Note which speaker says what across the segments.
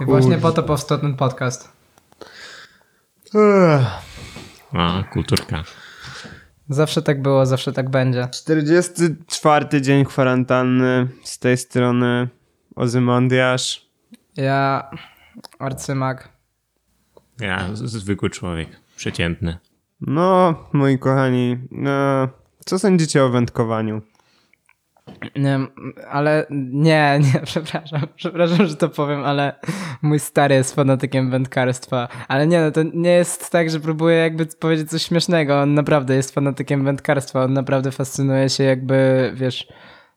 Speaker 1: I właśnie po to powstał ten podcast.
Speaker 2: Ech,
Speaker 3: A, kulturka.
Speaker 1: Zawsze tak było, zawsze tak będzie.
Speaker 2: 44 dzień kwarantanny. Z tej strony Ozymandiasz.
Speaker 1: Ja, arcymak.
Speaker 3: Ja, z- zwykły człowiek, przeciętny.
Speaker 2: No, moi kochani, e, co sądzicie o wędkowaniu?
Speaker 1: Nie wiem, ale nie, nie, przepraszam, przepraszam, że to powiem, ale mój stary jest fanatykiem wędkarstwa. Ale nie, no to nie jest tak, że próbuję jakby powiedzieć coś śmiesznego. On naprawdę jest fanatykiem wędkarstwa. On naprawdę fascynuje się jakby, wiesz,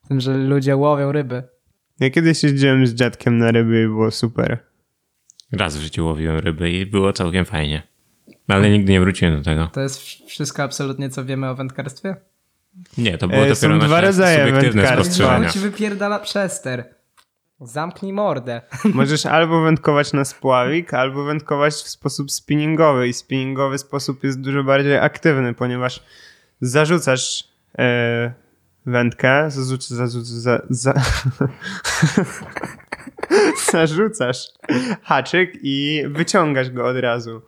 Speaker 1: tym, że ludzie łowią ryby.
Speaker 2: Ja kiedyś jeździłem z dziadkiem na ryby i było super.
Speaker 3: Raz w życiu łowiłem ryby i było całkiem fajnie. Ale nigdy nie wróciłem do tego.
Speaker 1: To jest wsz- wszystko absolutnie, co wiemy o wędkarstwie?
Speaker 3: Nie, to było
Speaker 2: E, są
Speaker 3: dopiero
Speaker 2: dwa
Speaker 3: nasze
Speaker 2: rodzaje
Speaker 3: subiektywne
Speaker 2: wędkarstwa.
Speaker 3: spostrzeżenia.
Speaker 1: Znowu ci wypierdala przester. Zamknij mordę.
Speaker 2: Możesz albo wędkować na spławik, albo wędkować w sposób spinningowy. I spinningowy sposób jest dużo bardziej aktywny, ponieważ zarzucasz e, wędkę, zarzuc, zarzuc, za, za, zarzucasz haczyk i wyciągasz go od razu.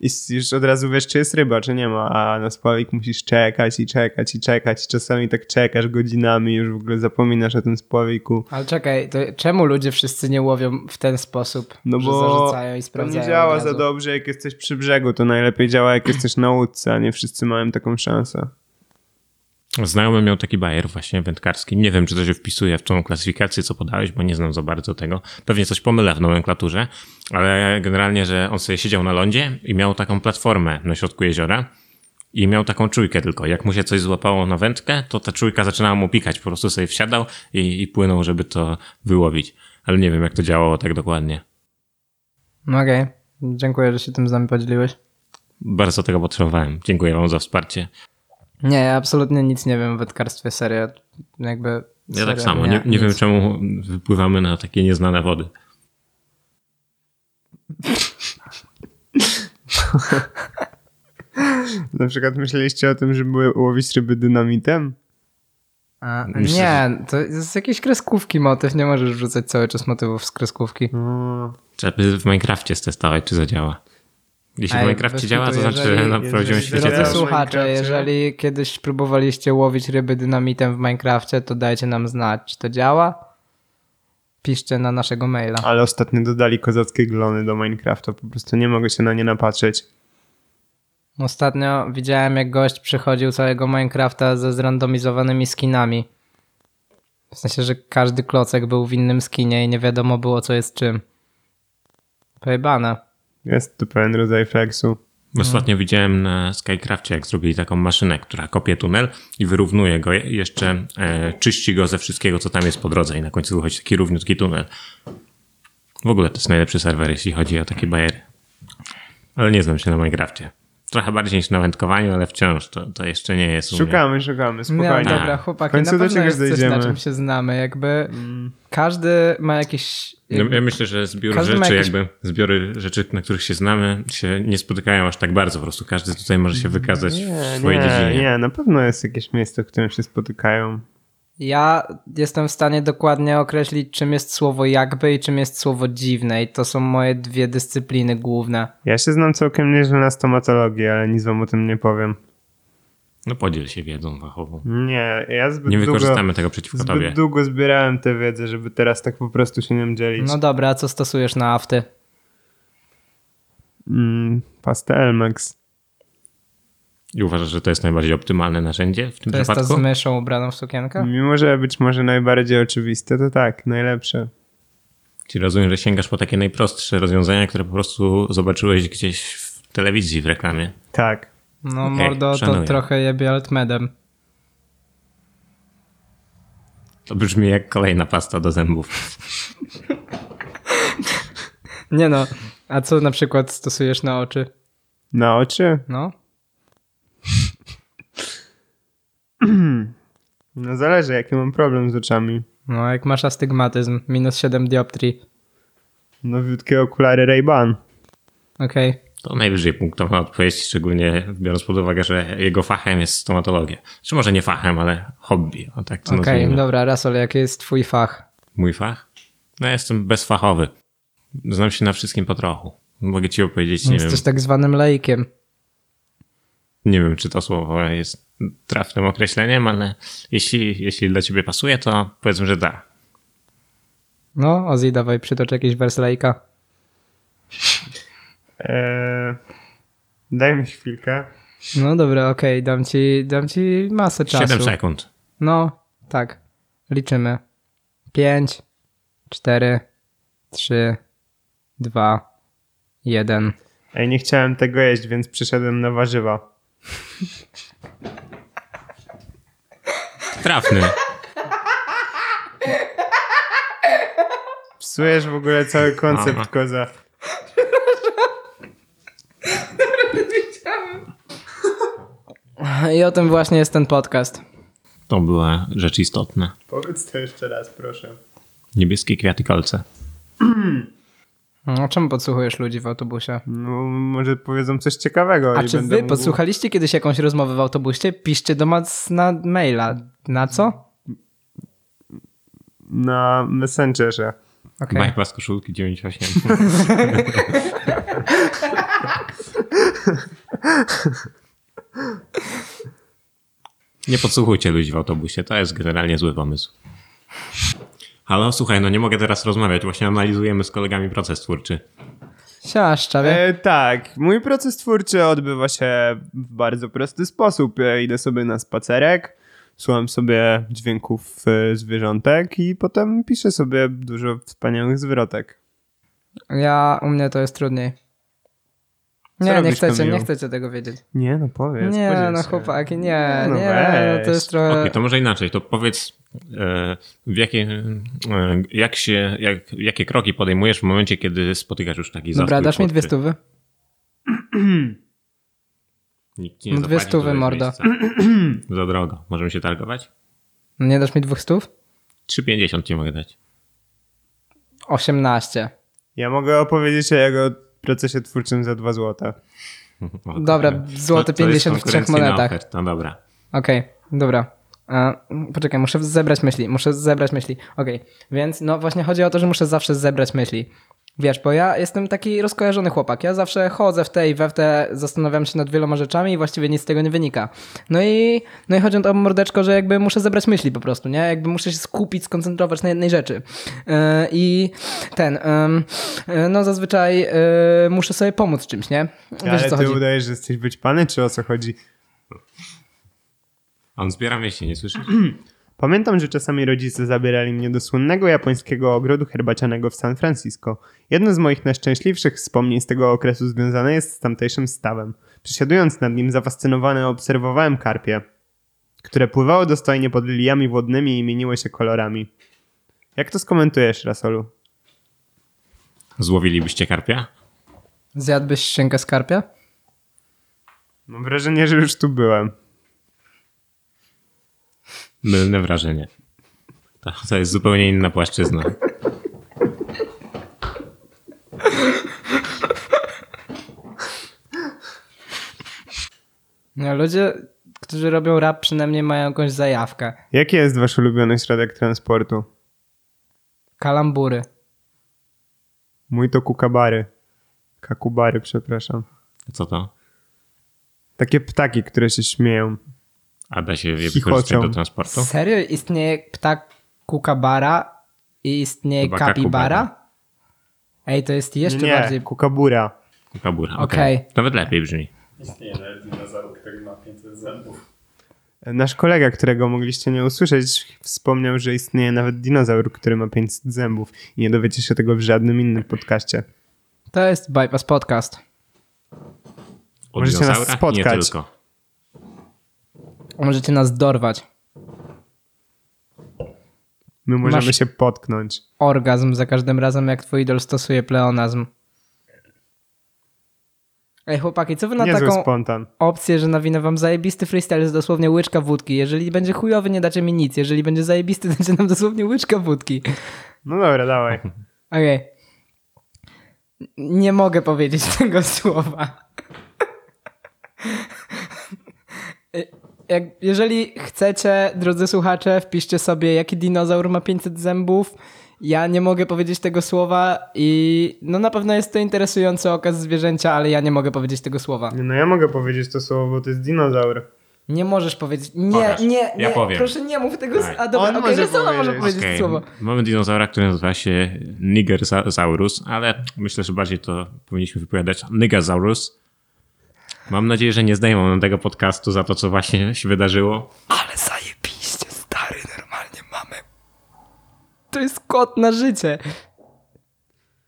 Speaker 2: I s- już od razu wiesz, czy jest ryba, czy nie ma, a na spławik musisz czekać i czekać i czekać. Czasami tak czekasz godzinami, już w ogóle zapominasz o tym spławiku.
Speaker 1: Ale czekaj, to czemu ludzie wszyscy nie łowią w ten sposób,
Speaker 2: No
Speaker 1: że
Speaker 2: bo
Speaker 1: zarzucają i
Speaker 2: to
Speaker 1: sprawdzają
Speaker 2: nie działa
Speaker 1: od
Speaker 2: za
Speaker 1: razu?
Speaker 2: dobrze, jak jesteś przy brzegu. To najlepiej działa, jak jesteś na łódce, a nie wszyscy mają taką szansę.
Speaker 3: Znajomy miał taki bajer właśnie wędkarski. Nie wiem, czy to się wpisuje w tą klasyfikację, co podałeś, bo nie znam za bardzo tego. Pewnie coś pomylę w nomenklaturze, ale generalnie, że on sobie siedział na lądzie i miał taką platformę na środku jeziora i miał taką czujkę tylko. Jak mu się coś złapało na wędkę, to ta czujka zaczynała mu pikać. Po prostu sobie wsiadał i, i płynął, żeby to wyłowić. Ale nie wiem, jak to działało tak dokładnie.
Speaker 1: No Okej, dziękuję, że się tym z nami podzieliłeś.
Speaker 3: Bardzo tego potrzebowałem. Dziękuję wam za wsparcie.
Speaker 1: Nie, ja absolutnie nic nie wiem o wędkarstwie, serio. Jakby,
Speaker 3: Ja
Speaker 1: serio,
Speaker 3: tak samo. Nie, nie
Speaker 1: nic.
Speaker 3: wiem, czemu wypływamy na takie nieznane wody.
Speaker 2: Na przykład myśleliście o tym, żeby łowić ryby dynamitem?
Speaker 1: A,
Speaker 3: Myślę,
Speaker 1: nie, to jest jakieś kreskówki motyw, nie możesz wrzucać cały czas motywów z kreskówki.
Speaker 2: No,
Speaker 3: Trzeba by w Minecrafcie stestować, czy zadziała. Jeśli
Speaker 1: Ej,
Speaker 3: w Minecrafcie
Speaker 1: bez
Speaker 3: działa, to
Speaker 1: kitu,
Speaker 3: znaczy, że
Speaker 1: jeżeli-
Speaker 3: na prawdziwym
Speaker 2: jeżeli
Speaker 3: świecie
Speaker 1: Drodzy
Speaker 2: Siedziałem
Speaker 3: też.
Speaker 2: w
Speaker 1: słuchacze,
Speaker 2: Minecrafcie.
Speaker 1: jeżeli kiedyś próbowaliście łowić ryby dynamitem w Minecrafcie, to dajcie nam znać, czy to działa. Piszcie na naszego maila.
Speaker 2: ale ostatnio dodali kozackie glony do Minecrafta. Po prostu nie mogę się na nie napatrzeć.
Speaker 1: Ostatnio widziałem, jak gość przychodził całego Minecrafta ze zrandomizowanymi skinami. W sensie, że każdy klocek był w innym skinie i nie wiadomo było, co jest czym. Pojebane.
Speaker 2: Jest to pewien rodzaj flexu.
Speaker 3: Ostatnio widziałem na Skycrafcie, jak zrobili taką maszynę, która kopie tunel i wyrównuje go, je- jeszcze e, czyści go ze wszystkiego, co tam jest po drodze i na końcu wychodzi taki równiutki tunel. W ogóle to jest najlepszy serwer, jeśli chodzi o takie bajery. Ale nie znam się na Minecrafcie. Trochę bardziej niż na wędkowaniu, ale wciąż to, to jeszcze nie jest u mnie.
Speaker 2: Szukamy, szukamy,
Speaker 1: Nie,
Speaker 2: spokojnie.
Speaker 1: dobra,
Speaker 2: W
Speaker 1: chłopaki, na
Speaker 2: końcu do Mm.
Speaker 1: pewno
Speaker 2: czegoś
Speaker 1: jest coś, na
Speaker 2: dojdziemy.
Speaker 1: czym się znamy. Jakby każdy ma jakiś...
Speaker 3: No, ja myślę, że zbiory
Speaker 1: Każdy ma
Speaker 3: rzeczy,
Speaker 1: jakieś-
Speaker 3: jakby zbiory rzeczy, na których się znamy, się nie spotykają aż tak bardzo. Po prostu każdy tutaj może się wykazać w swojej
Speaker 2: nie,
Speaker 3: dziedzinie.
Speaker 2: nie, na pewno jest jakieś miejsce, w którym się spotykają.
Speaker 1: Ja jestem w stanie dokładnie określić, czym jest słowo jakby i czym jest słowo dziwne. I to są moje dwie dyscypliny główne.
Speaker 2: Ja się znam całkiem nieźle na stomatologii, ale nic wam o tym nie powiem.
Speaker 3: No podziel się wiedzą fachową.
Speaker 2: Nie, ja zbyt
Speaker 3: Nie
Speaker 2: długo...
Speaker 3: wykorzystamy tego przeciwko
Speaker 2: Zbyt
Speaker 3: tobie.
Speaker 2: długo zbierałem tę wiedzę, żeby teraz tak po prostu się nią dzielić.
Speaker 1: No dobra, a co stosujesz na afty?
Speaker 2: Mm, pasta Elmex.
Speaker 3: I uważasz, że to jest najbardziej optymalne narzędzie w tym
Speaker 1: To jest to z
Speaker 3: przypadku?
Speaker 1: myszą ubraną w sukienkę?
Speaker 2: Mimo, że być może najbardziej oczywiste, to tak, najlepsze.
Speaker 3: Czy rozumiem, że sięgasz po takie najprostsze rozwiązania, które po prostu zobaczyłeś gdzieś w telewizji, w reklamie?
Speaker 2: Tak.
Speaker 1: No
Speaker 3: Okej,
Speaker 1: mordo, to
Speaker 3: szanuję.
Speaker 1: trochę jebie altmedem.
Speaker 3: To brzmi jak kolejna pasta do zębów.
Speaker 1: Nie no, a co na przykład stosujesz na oczy?
Speaker 2: Na oczy?
Speaker 1: No,
Speaker 2: No zależy, jaki mam problem z oczami.
Speaker 1: no jak masz astygmatyzm, minus 7 dioptrii.
Speaker 2: Nowiutkie okulary Ray-Ban.
Speaker 1: Okej,
Speaker 3: To najwyżej punktowa odpowiedź, szczególnie biorąc pod uwagę, że jego fachem jest stomatologia. Czy może nie fachem, ale hobby, o tak to
Speaker 1: okej, no
Speaker 3: nazwijmy.
Speaker 1: dobra, Rasol, jaki jest twój fach?
Speaker 3: Mój fach? No ja jestem bezfachowy. Znam się na wszystkim po trochu. Mogę ci opowiedzieć, nie wiem,
Speaker 1: Jesteś tak zwanym laikiem.
Speaker 3: nie wiem, czy to słowo jest trafnym określeniem, ale jeśli, jeśli dla ciebie pasuje, to powiedzmy, że da.
Speaker 1: No, Ozzy, dawaj, przytocz jakiś wers laika.
Speaker 2: Eee, daj mi chwilkę.
Speaker 1: No dobra, okej, dam ci, dam ci masę czasu.
Speaker 3: 7 sekund.
Speaker 1: No, tak. Liczymy. 5, 4, 3, 2, 1.
Speaker 2: Ej, nie chciałem tego jeść, więc przyszedłem na warzywa.
Speaker 3: Trafny.
Speaker 2: Psujesz w ogóle cały koncept
Speaker 3: Aha.
Speaker 2: koza.
Speaker 1: I o tym właśnie jest ten podcast.
Speaker 3: To była rzecz istotna.
Speaker 2: Powiedz to jeszcze raz, proszę.
Speaker 3: Niebieskie kwiaty kolce.
Speaker 1: No, czemu podsłuchujesz ludzi w autobusie?
Speaker 2: No, może powiedzą coś ciekawego.
Speaker 1: A
Speaker 2: i
Speaker 1: czy
Speaker 2: będę
Speaker 1: wy
Speaker 2: mógł-
Speaker 1: podsłuchaliście kiedyś jakąś rozmowę w autobusie? Piszcie do nas na maila. Na co?
Speaker 2: Na Messengerze.
Speaker 1: Okej.
Speaker 3: Okay. Bypass koszulki 98. nie podsłuchujcie ludzi w autobusie, to jest generalnie zły pomysł. Halo, słuchaj, no nie mogę teraz rozmawiać, właśnie analizujemy z kolegami proces twórczy.
Speaker 1: Siaszczawie.
Speaker 2: E, tak, mój proces twórczy odbywa się w bardzo prosty sposób. E, idę sobie na spacerek, słucham sobie dźwięków e, zwierzątek i potem piszę sobie dużo wspaniałych zwrotek.
Speaker 1: Ja, u mnie to jest trudniej.
Speaker 2: Co
Speaker 1: Nie, nie
Speaker 2: robisz,
Speaker 1: chcecie,
Speaker 2: Kamilu?
Speaker 1: nie chcecie tego wiedzieć.
Speaker 2: Nie, no powiedz.
Speaker 1: Nie,
Speaker 2: podziel
Speaker 1: no
Speaker 2: się.
Speaker 1: chłopaki, nie,
Speaker 2: No
Speaker 1: nie, no to
Speaker 2: weź.
Speaker 1: jest
Speaker 3: Okej,
Speaker 1: trochę...
Speaker 3: to może inaczej, to powiedz, e, w jakie, e, jak się, jak, jakie kroki podejmujesz w momencie, kiedy spotykasz już taki
Speaker 1: Dobra,
Speaker 3: zastój
Speaker 1: dasz mi dwie
Speaker 3: twórczy?
Speaker 1: stówy.
Speaker 3: Nikt
Speaker 1: No
Speaker 3: nie
Speaker 1: dwie
Speaker 3: zapadnie
Speaker 1: stówy,
Speaker 3: tutaj z
Speaker 1: mordo.
Speaker 3: miejsca. Za drogo. Możemy się targować?
Speaker 1: No Nie dasz mi dwóch stów?
Speaker 3: 3,50 ci mogę dać.
Speaker 1: 18.
Speaker 2: Ja mogę opowiedzieć o jego procesie twórczym za 2 złota.
Speaker 3: O,
Speaker 1: Dobra,
Speaker 3: kurde.
Speaker 1: złoty
Speaker 3: To- to jest
Speaker 1: 50 w trzech
Speaker 3: konkurencyjna
Speaker 1: monetach.
Speaker 3: oferta, No dobra.
Speaker 1: Okej, dobra. E, poczekaj, muszę zebrać myśli, muszę zebrać myśli. Okej, więc no właśnie chodzi o to, że muszę zawsze zebrać myśli. Wiesz, bo ja jestem taki rozkojarzony chłopak. Ja zawsze chodzę w te i we w te, zastanawiam się nad wieloma rzeczami i właściwie nic z tego nie wynika. No i, no i chodzi o to mordeczko, że jakby muszę zebrać myśli po prostu, nie? Jakby muszę się skupić, skoncentrować na jednej rzeczy. E, I ten, em, e, no zazwyczaj e, muszę sobie pomóc czymś, nie? Wiesz, o
Speaker 2: Ale
Speaker 1: co
Speaker 2: ty
Speaker 1: chodzi.
Speaker 2: udajesz, że jesteś być pany, czy o co chodzi?
Speaker 3: A On zbiera mieści, nie słyszysz?
Speaker 2: Pamiętam, że czasami rodzice zabierali mnie do słynnego japońskiego ogrodu herbacianego w San Francisco. Jedno z moich najszczęśliwszych wspomnień z tego okresu związane jest z tamtejszym stawem. Przesiadując nad nim, zafascynowany obserwowałem karpie, które pływały dostojnie pod liliami wodnymi i mieniły się kolorami. Jak to skomentujesz, Rasolu?
Speaker 3: Złowilibyście karpia?
Speaker 1: Zjadłbyś szczękę skarpia?
Speaker 2: Mam wrażenie, że już tu byłem.
Speaker 3: Mylne wrażenie. To, to jest zupełnie inna płaszczyzna.
Speaker 1: No, ludzie, którzy robią rap, przynajmniej mają jakąś zajawkę.
Speaker 2: Jaki jest wasz ulubiony środek transportu?
Speaker 1: Kalambury.
Speaker 2: Mój to kukabary. Kakubary, przepraszam.
Speaker 3: Co to?
Speaker 2: Takie ptaki, które się śmieją.
Speaker 3: A da się je
Speaker 2: Chichocią.
Speaker 3: wykorzystać do transportu?
Speaker 1: Serio istnieje ptak kukabara i istnieje
Speaker 3: Chyba
Speaker 1: kapibara?
Speaker 3: kakubara.
Speaker 1: Ej, to jest jeszcze
Speaker 2: Nie,
Speaker 1: bardziej.
Speaker 2: kukabura.
Speaker 3: Kabura,
Speaker 1: Okej.
Speaker 3: okej. Nawet lepiej brzmi.
Speaker 4: Istnieje nawet dinozaur, który ma 500 zębów.
Speaker 2: Nasz kolega, którego mogliście nie usłyszeć, wspomniał, że istnieje nawet dinozaur, który ma 500 zębów i nie dowiecie się tego w żadnym innym podcaście.
Speaker 1: To jest Bypass Podcast.
Speaker 3: Od
Speaker 2: Możecie nas
Speaker 3: dinozaura? Nie
Speaker 2: spotkać.
Speaker 3: tylko.
Speaker 1: Możecie nas dorwać.
Speaker 2: My możemy
Speaker 1: Masz-
Speaker 2: się potknąć.
Speaker 1: Orgazm za każdym razem, jak twój idol stosuje pleonazm. Ej, chłopaki, co wy na
Speaker 2: Niezły
Speaker 1: taką
Speaker 2: spontan.
Speaker 1: opcję, że nawinę wam zajebisty freestyle, jest dosłownie łyczka wódki. Jeżeli będzie chujowy, nie dacie mi nic. Jeżeli będzie zajebisty, dacie nam dosłownie łyczka wódki.
Speaker 2: No dobra, dawaj.
Speaker 1: Okej. Nie mogę powiedzieć tego słowa. Jak, jeżeli chcecie, drodzy słuchacze, wpiszcie sobie, jaki dinozaur ma 500 zębów Ja nie mogę powiedzieć tego słowa i no na pewno jest to interesujący okaz zwierzęcia, ale ja nie mogę powiedzieć tego słowa.
Speaker 2: No ja mogę powiedzieć to słowo, bo to jest dinozaur.
Speaker 1: Nie możesz powiedzieć. Nie,
Speaker 3: Pokaż.
Speaker 1: nie, nie.
Speaker 3: Ja powiem.
Speaker 1: Proszę nie mów tego. s- A dobra,
Speaker 2: On
Speaker 1: okej,
Speaker 2: może
Speaker 1: że sama może
Speaker 2: powiedzieć.
Speaker 1: powiedzieć
Speaker 3: Okej,
Speaker 1: słowo.
Speaker 3: Mamy dinozaura, który nazywa się Nigersaurus, ale myślę, że bardziej to powinniśmy wypowiadać Nigasaurus. Mam nadzieję, że nie zdejmą nam tego podcastu za to, co właśnie się wydarzyło.
Speaker 1: Ale zajebiście, stary, normalnie mamy. To jest kot na życie.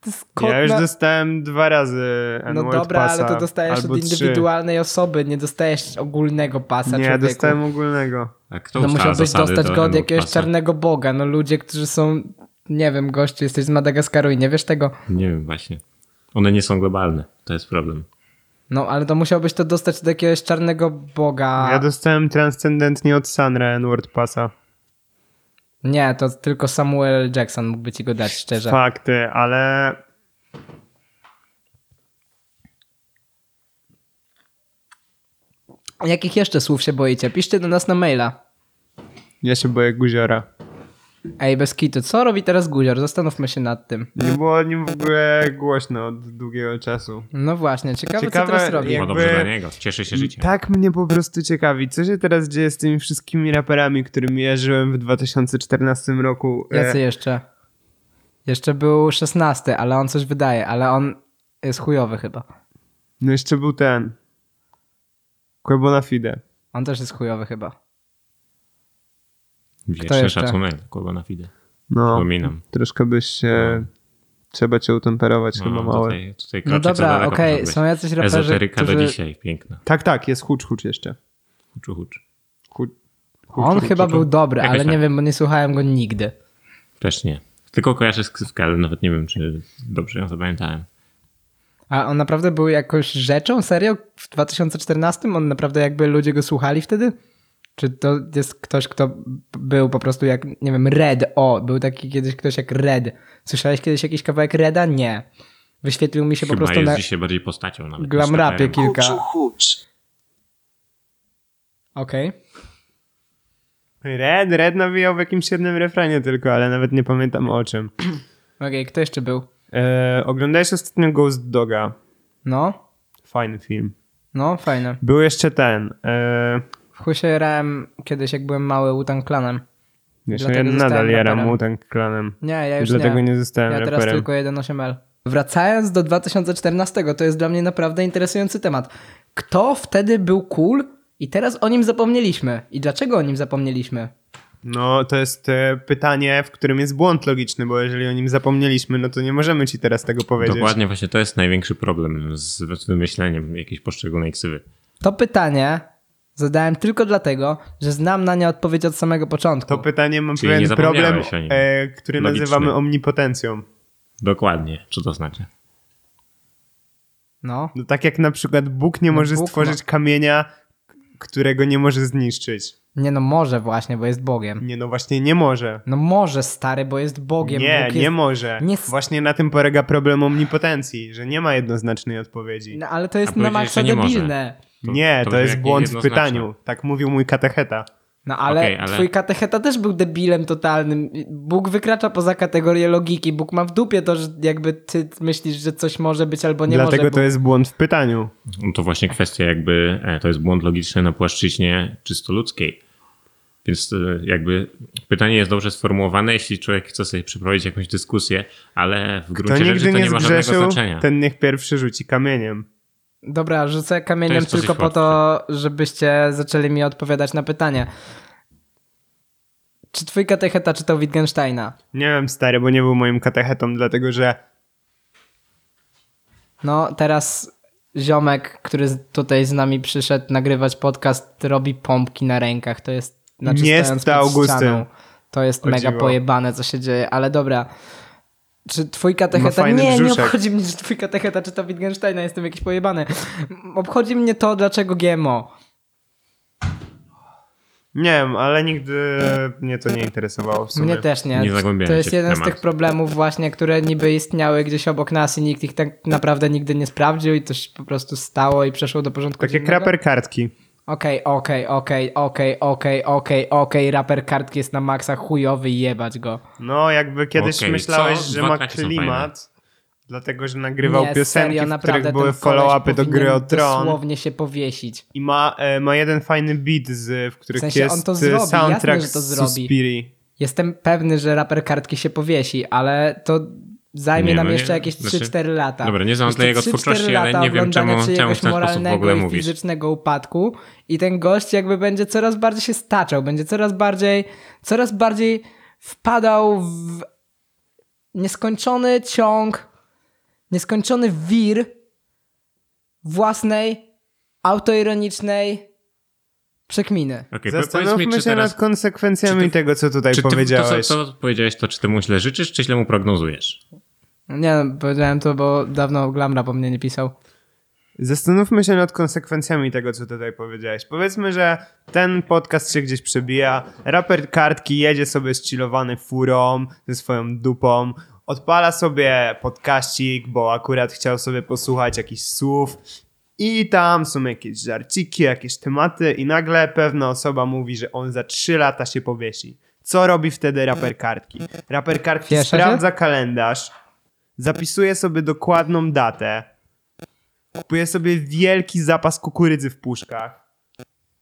Speaker 1: To jest kot
Speaker 2: Ja już
Speaker 1: na...
Speaker 2: dostałem dwa razy
Speaker 1: No
Speaker 2: N-word
Speaker 1: dobra,
Speaker 2: pasa,
Speaker 1: ale to dostajesz
Speaker 2: albo
Speaker 1: od indywidualnej osoby, nie dostajesz ogólnego pasa
Speaker 2: Trzy. Nie,
Speaker 1: człowieku.
Speaker 2: dostałem ogólnego.
Speaker 3: A kto
Speaker 1: No
Speaker 3: ustala
Speaker 1: musiałbyś
Speaker 3: zasady
Speaker 1: dostać
Speaker 3: do
Speaker 1: go od
Speaker 3: N-word
Speaker 1: jakiegoś
Speaker 3: pasa?
Speaker 1: czarnego boga. No ludzie, którzy są, nie wiem, gościu, jesteś z Madagaskaru i nie wiesz tego.
Speaker 3: Nie wiem właśnie. One nie są globalne. To jest problem.
Speaker 1: No ale to musiałbyś to dostać od jakiegoś czarnego boga.
Speaker 2: Ja dostałem transcendentnie od Sanra N-word pasa.
Speaker 1: Nie, to tylko Samuel Jackson mógłby ci go dać, szczerze.
Speaker 2: Fakty, ale
Speaker 1: Jakich jeszcze słów się boicie? Piszcie do nas na maila.
Speaker 2: ja się boję guziora.
Speaker 1: Ej, bez kitu, co robi teraz Guzior? Zastanówmy się nad tym.
Speaker 2: Nie było o nim w ogóle głośno od długiego czasu.
Speaker 1: No właśnie, ciekawe,
Speaker 2: Ciekawe,
Speaker 1: co teraz robi.
Speaker 2: jak-
Speaker 3: Jakby...
Speaker 2: Jakby-
Speaker 3: dobrze dla niego. Cieszy się życiem.
Speaker 2: Tak mnie po prostu ciekawi, co się teraz dzieje z tymi wszystkimi raperami, którymi ja żyłem w 2014 roku. E,
Speaker 1: Jacy jeszcze? Jeszcze był 16, ale on coś wydaje, ale on jest chujowy chyba.
Speaker 2: No jeszcze był ten. Quebona Fide.
Speaker 1: On też jest chujowy chyba. Kto
Speaker 3: Wieczny
Speaker 1: jeszcze?
Speaker 3: szacunek. Kurwa na fidę.
Speaker 2: No,
Speaker 3: Przypominam.
Speaker 2: troszkę byś się... Trzeba cię utemperować chyba
Speaker 3: No,
Speaker 2: małe.
Speaker 3: tutaj, tutaj
Speaker 1: No
Speaker 3: kroczy, co
Speaker 1: dobra,
Speaker 3: daleko
Speaker 1: okej,
Speaker 3: może być.
Speaker 1: są jacyś raperzy,
Speaker 3: Ezoteryka do
Speaker 1: którzy-
Speaker 3: dzisiaj. Piękna.
Speaker 2: Tak, tak, jest hucz, hucz jeszcze.
Speaker 3: Huczu, huczu.
Speaker 2: Hucz.
Speaker 1: On chyba był dobry,
Speaker 3: Jakoś
Speaker 1: ale nie
Speaker 3: tak.
Speaker 1: wiem, bo nie słuchałem go nigdy.
Speaker 3: Też nie. Tylko kojarzę z ksywkę, ale nawet nie wiem, czy dobrze ją zapamiętałem.
Speaker 1: A on naprawdę był jakąś rzeczą? Serio? W 2014? On naprawdę jakby ludzie go słuchali wtedy? Czy to jest ktoś, kto był po prostu jak, nie wiem, Red? O, był taki kiedyś ktoś jak Red. Słyszałeś kiedyś jakiś kawałek Reda? Nie. Wyświetlił mi się
Speaker 3: Chyba
Speaker 1: po prostu
Speaker 3: jest
Speaker 1: na
Speaker 3: dzisiaj bardziej postacią nawet.
Speaker 1: glam
Speaker 3: niż
Speaker 1: rapie
Speaker 3: raperem.
Speaker 1: kilka. Okej.
Speaker 2: Red, Red nawijał w jakimś jednym refrenie tylko, ale nawet nie pamiętam o czym.
Speaker 1: Okej, kto jeszcze był?
Speaker 2: E, oglądałeś ostatnio Ghost Doga.
Speaker 1: No,
Speaker 2: Fajny film.
Speaker 1: no, fajne.
Speaker 2: Był jeszcze ten. E,
Speaker 1: W chuj się jarałem kiedyś, jak byłem mały Utan Klanem.
Speaker 2: jeszcze
Speaker 1: Dlatego
Speaker 2: ja nadal
Speaker 1: zostałem
Speaker 2: jaram
Speaker 1: raperem.
Speaker 2: Wu-Tang Clanem.
Speaker 1: Nie, ja już
Speaker 2: Dlatego nie,
Speaker 1: nie
Speaker 2: zostałem
Speaker 1: Ja teraz
Speaker 2: raperem.
Speaker 1: tylko 1.8L. Wracając do 2014, to jest dla mnie naprawdę interesujący temat. Kto wtedy był cool i teraz o nim zapomnieliśmy? I dlaczego o nim zapomnieliśmy?
Speaker 2: No, to jest e, pytanie, w którym jest błąd logiczny, bo jeżeli o nim zapomnieliśmy, no to nie możemy ci teraz tego powiedzieć.
Speaker 3: Dokładnie, właśnie to jest największy problem z z wymyśleniem jakiejś poszczególnej ksywy.
Speaker 1: To pytanie zadałem tylko dlatego, że znam na nie odpowiedź od samego początku.
Speaker 2: To pytanie ma
Speaker 3: Czyli nie
Speaker 2: pewien
Speaker 3: zapomniałeś
Speaker 2: problem,
Speaker 3: o nim.
Speaker 2: e, który
Speaker 3: Logiczny.
Speaker 2: nazywamy omnipotencją.
Speaker 3: Dokładnie, co to znaczy?
Speaker 1: No.
Speaker 2: No, tak jak na przykład Bóg nie
Speaker 1: No,
Speaker 2: może
Speaker 1: Bóg ma-
Speaker 2: stworzyć kamienia, k- którego nie może zniszczyć.
Speaker 1: Nie no, może właśnie, bo jest Bogiem.
Speaker 2: Nie, no właśnie nie może.
Speaker 1: No może stary, bo jest Bogiem.
Speaker 2: nie,
Speaker 1: Bóg jest...
Speaker 2: nie może.
Speaker 1: nie s-
Speaker 2: Właśnie na tym polega problem omnipotencji, że nie ma jednoznacznej odpowiedzi.
Speaker 1: No, ale to jest
Speaker 3: A
Speaker 1: na
Speaker 3: powiedzieć,
Speaker 1: maksa
Speaker 3: że nie może.
Speaker 1: debilne.
Speaker 3: To-
Speaker 2: nie,
Speaker 3: to
Speaker 2: to,
Speaker 3: będzie
Speaker 2: jest
Speaker 3: jak-
Speaker 2: błąd w
Speaker 3: jednoznaczne.
Speaker 2: pytaniu. Tak mówił mój katecheta.
Speaker 1: No ale,
Speaker 3: Okej, ale-
Speaker 1: twój katecheta też był debilem totalnym. Bóg wykracza poza kategorię logiki. Bóg ma w dupie to, że jakby ty myślisz, że coś może być albo nie
Speaker 2: Dlatego
Speaker 1: może.
Speaker 2: to jest błąd w pytaniu.
Speaker 3: No to właśnie kwestia jakby, e, to jest błąd logiczny na płaszczyźnie czysto ludzkiej. Więc e, jakby pytanie jest dobrze sformułowane, jeśli człowiek chce sobie przeprowadzić jakąś dyskusję, ale w
Speaker 2: To
Speaker 3: gruncie rzeczy
Speaker 2: nigdy
Speaker 3: to
Speaker 2: nie
Speaker 3: nie ma żadnego
Speaker 2: zgrzeszył,
Speaker 3: znaczenia.
Speaker 2: ten niech pierwszy rzuci kamieniem.
Speaker 1: Dobra, rzucę
Speaker 3: To
Speaker 1: kamieniem
Speaker 3: jest dosyć
Speaker 1: tylko po
Speaker 3: łatwe.
Speaker 1: to, żebyście zaczęli mi odpowiadać na pytanie. Czy twój katecheta czytał Wittgensteina?
Speaker 2: Nie wiem, stary, bo nie był moim katechetą, dlatego że
Speaker 1: No, teraz ziomek, który z- tutaj z nami przyszedł nagrywać podcast, robi pompki na rękach. To jest znaczy
Speaker 2: Nie
Speaker 1: stojąc
Speaker 2: sta
Speaker 1: pod
Speaker 2: Augustyn.
Speaker 1: ścianą. To jest
Speaker 2: O
Speaker 1: mega
Speaker 2: dziwo.
Speaker 1: pojebane, co się dzieje, ale dobra. Czy twój katecheta...
Speaker 2: fajny
Speaker 1: Nie, nie
Speaker 2: brzuszek.
Speaker 1: obchodzi mnie, że twój katecheta czyta Wittgensteina, jestem jakiś pojebany. Obchodzi mnie to, dlaczego GMO.
Speaker 2: nie wiem, ale nigdy mnie to nie interesowało w sumie.
Speaker 1: Mnie też nie.
Speaker 3: nie zagłębiałem
Speaker 1: to jest
Speaker 3: się w
Speaker 1: jeden z
Speaker 3: temat.
Speaker 1: tych problemów właśnie, które niby istniały gdzieś obok nas i nikt ich tak naprawdę nigdy nie sprawdził i to się po prostu stało i przeszło do porządku
Speaker 2: Takie
Speaker 1: dziennego.
Speaker 2: kraper kartki.
Speaker 1: Okej, okej, okej, okej, okej, okej, okej, raper kartki jest na maksa chujowy, jebać go.
Speaker 2: No, jakby kiedyś
Speaker 3: Okej,
Speaker 2: myślałeś,
Speaker 3: co?
Speaker 2: że
Speaker 3: Dwa
Speaker 2: ma
Speaker 3: traki są
Speaker 2: klimat, dlatego że nagrywał
Speaker 1: Nie,
Speaker 2: piosenki,
Speaker 1: serio,
Speaker 2: w których
Speaker 1: naprawdę,
Speaker 2: były
Speaker 1: ten koleś
Speaker 2: follow-upy do gry o
Speaker 1: powinien
Speaker 2: Tron
Speaker 1: dosłownie się powiesić.
Speaker 2: i ma, e, ma jeden fajny beat, z, w których
Speaker 1: W sensie
Speaker 2: jest
Speaker 1: on to
Speaker 2: e,
Speaker 1: zrobi,
Speaker 2: soundtrack
Speaker 1: jasne, że to
Speaker 2: z
Speaker 1: zrobi.
Speaker 2: Suspiri.
Speaker 1: Jestem pewny, że raper kartki się powiesi, ale to zajmie
Speaker 3: Nie,
Speaker 1: nam
Speaker 3: no nie.
Speaker 1: jeszcze jakieś
Speaker 3: Znaczy,
Speaker 1: 3-4 lata.
Speaker 3: dobra, nie znam
Speaker 1: Jeszcze
Speaker 3: tyle jego
Speaker 1: 3-4
Speaker 3: twórczości, ale
Speaker 1: lata
Speaker 3: nie wiem,
Speaker 1: oglądania
Speaker 3: czemu- czemu w
Speaker 1: czyjegoś
Speaker 3: ten sposób w
Speaker 1: moralnego
Speaker 3: ogóle
Speaker 1: i
Speaker 3: mówisz.
Speaker 1: fizycznego upadku i ten gość jakby będzie coraz bardziej się staczał, będzie coraz bardziej, coraz bardziej wpadał w nieskończony ciąg, nieskończony wir własnej, autoironicznej przekminy.
Speaker 3: Okay,
Speaker 2: Zastanówmy się nad konsekwencjami
Speaker 3: czy ty-
Speaker 2: tego, co tutaj
Speaker 3: czy ty, to,
Speaker 2: powiedziałeś.
Speaker 3: co, co powiedziałeś, to czy ty mu źle życzysz, czy źle mu prognozujesz?
Speaker 1: Nie, no, powiedziałem to, bo dawno Glamra po mnie nie pisał.
Speaker 2: Zastanówmy się nad konsekwencjami tego, co tutaj powiedziałeś. Powiedzmy, że ten podcast się gdzieś przebija, raper kartki jedzie sobie zchillowany furą, ze swoją dupą, odpala sobie podkaścik, bo akurat chciał sobie posłuchać jakichś słów i tam są jakieś żarciki, jakieś tematy i nagle pewna osoba mówi, że on za 3 lata się powiesi. Co robi wtedy raper kartki? Raper kartki
Speaker 1: Cieszę się.
Speaker 2: sprawdza kalendarz, zapisuje sobie dokładną datę, kupuje sobie wielki zapas kukurydzy w puszkach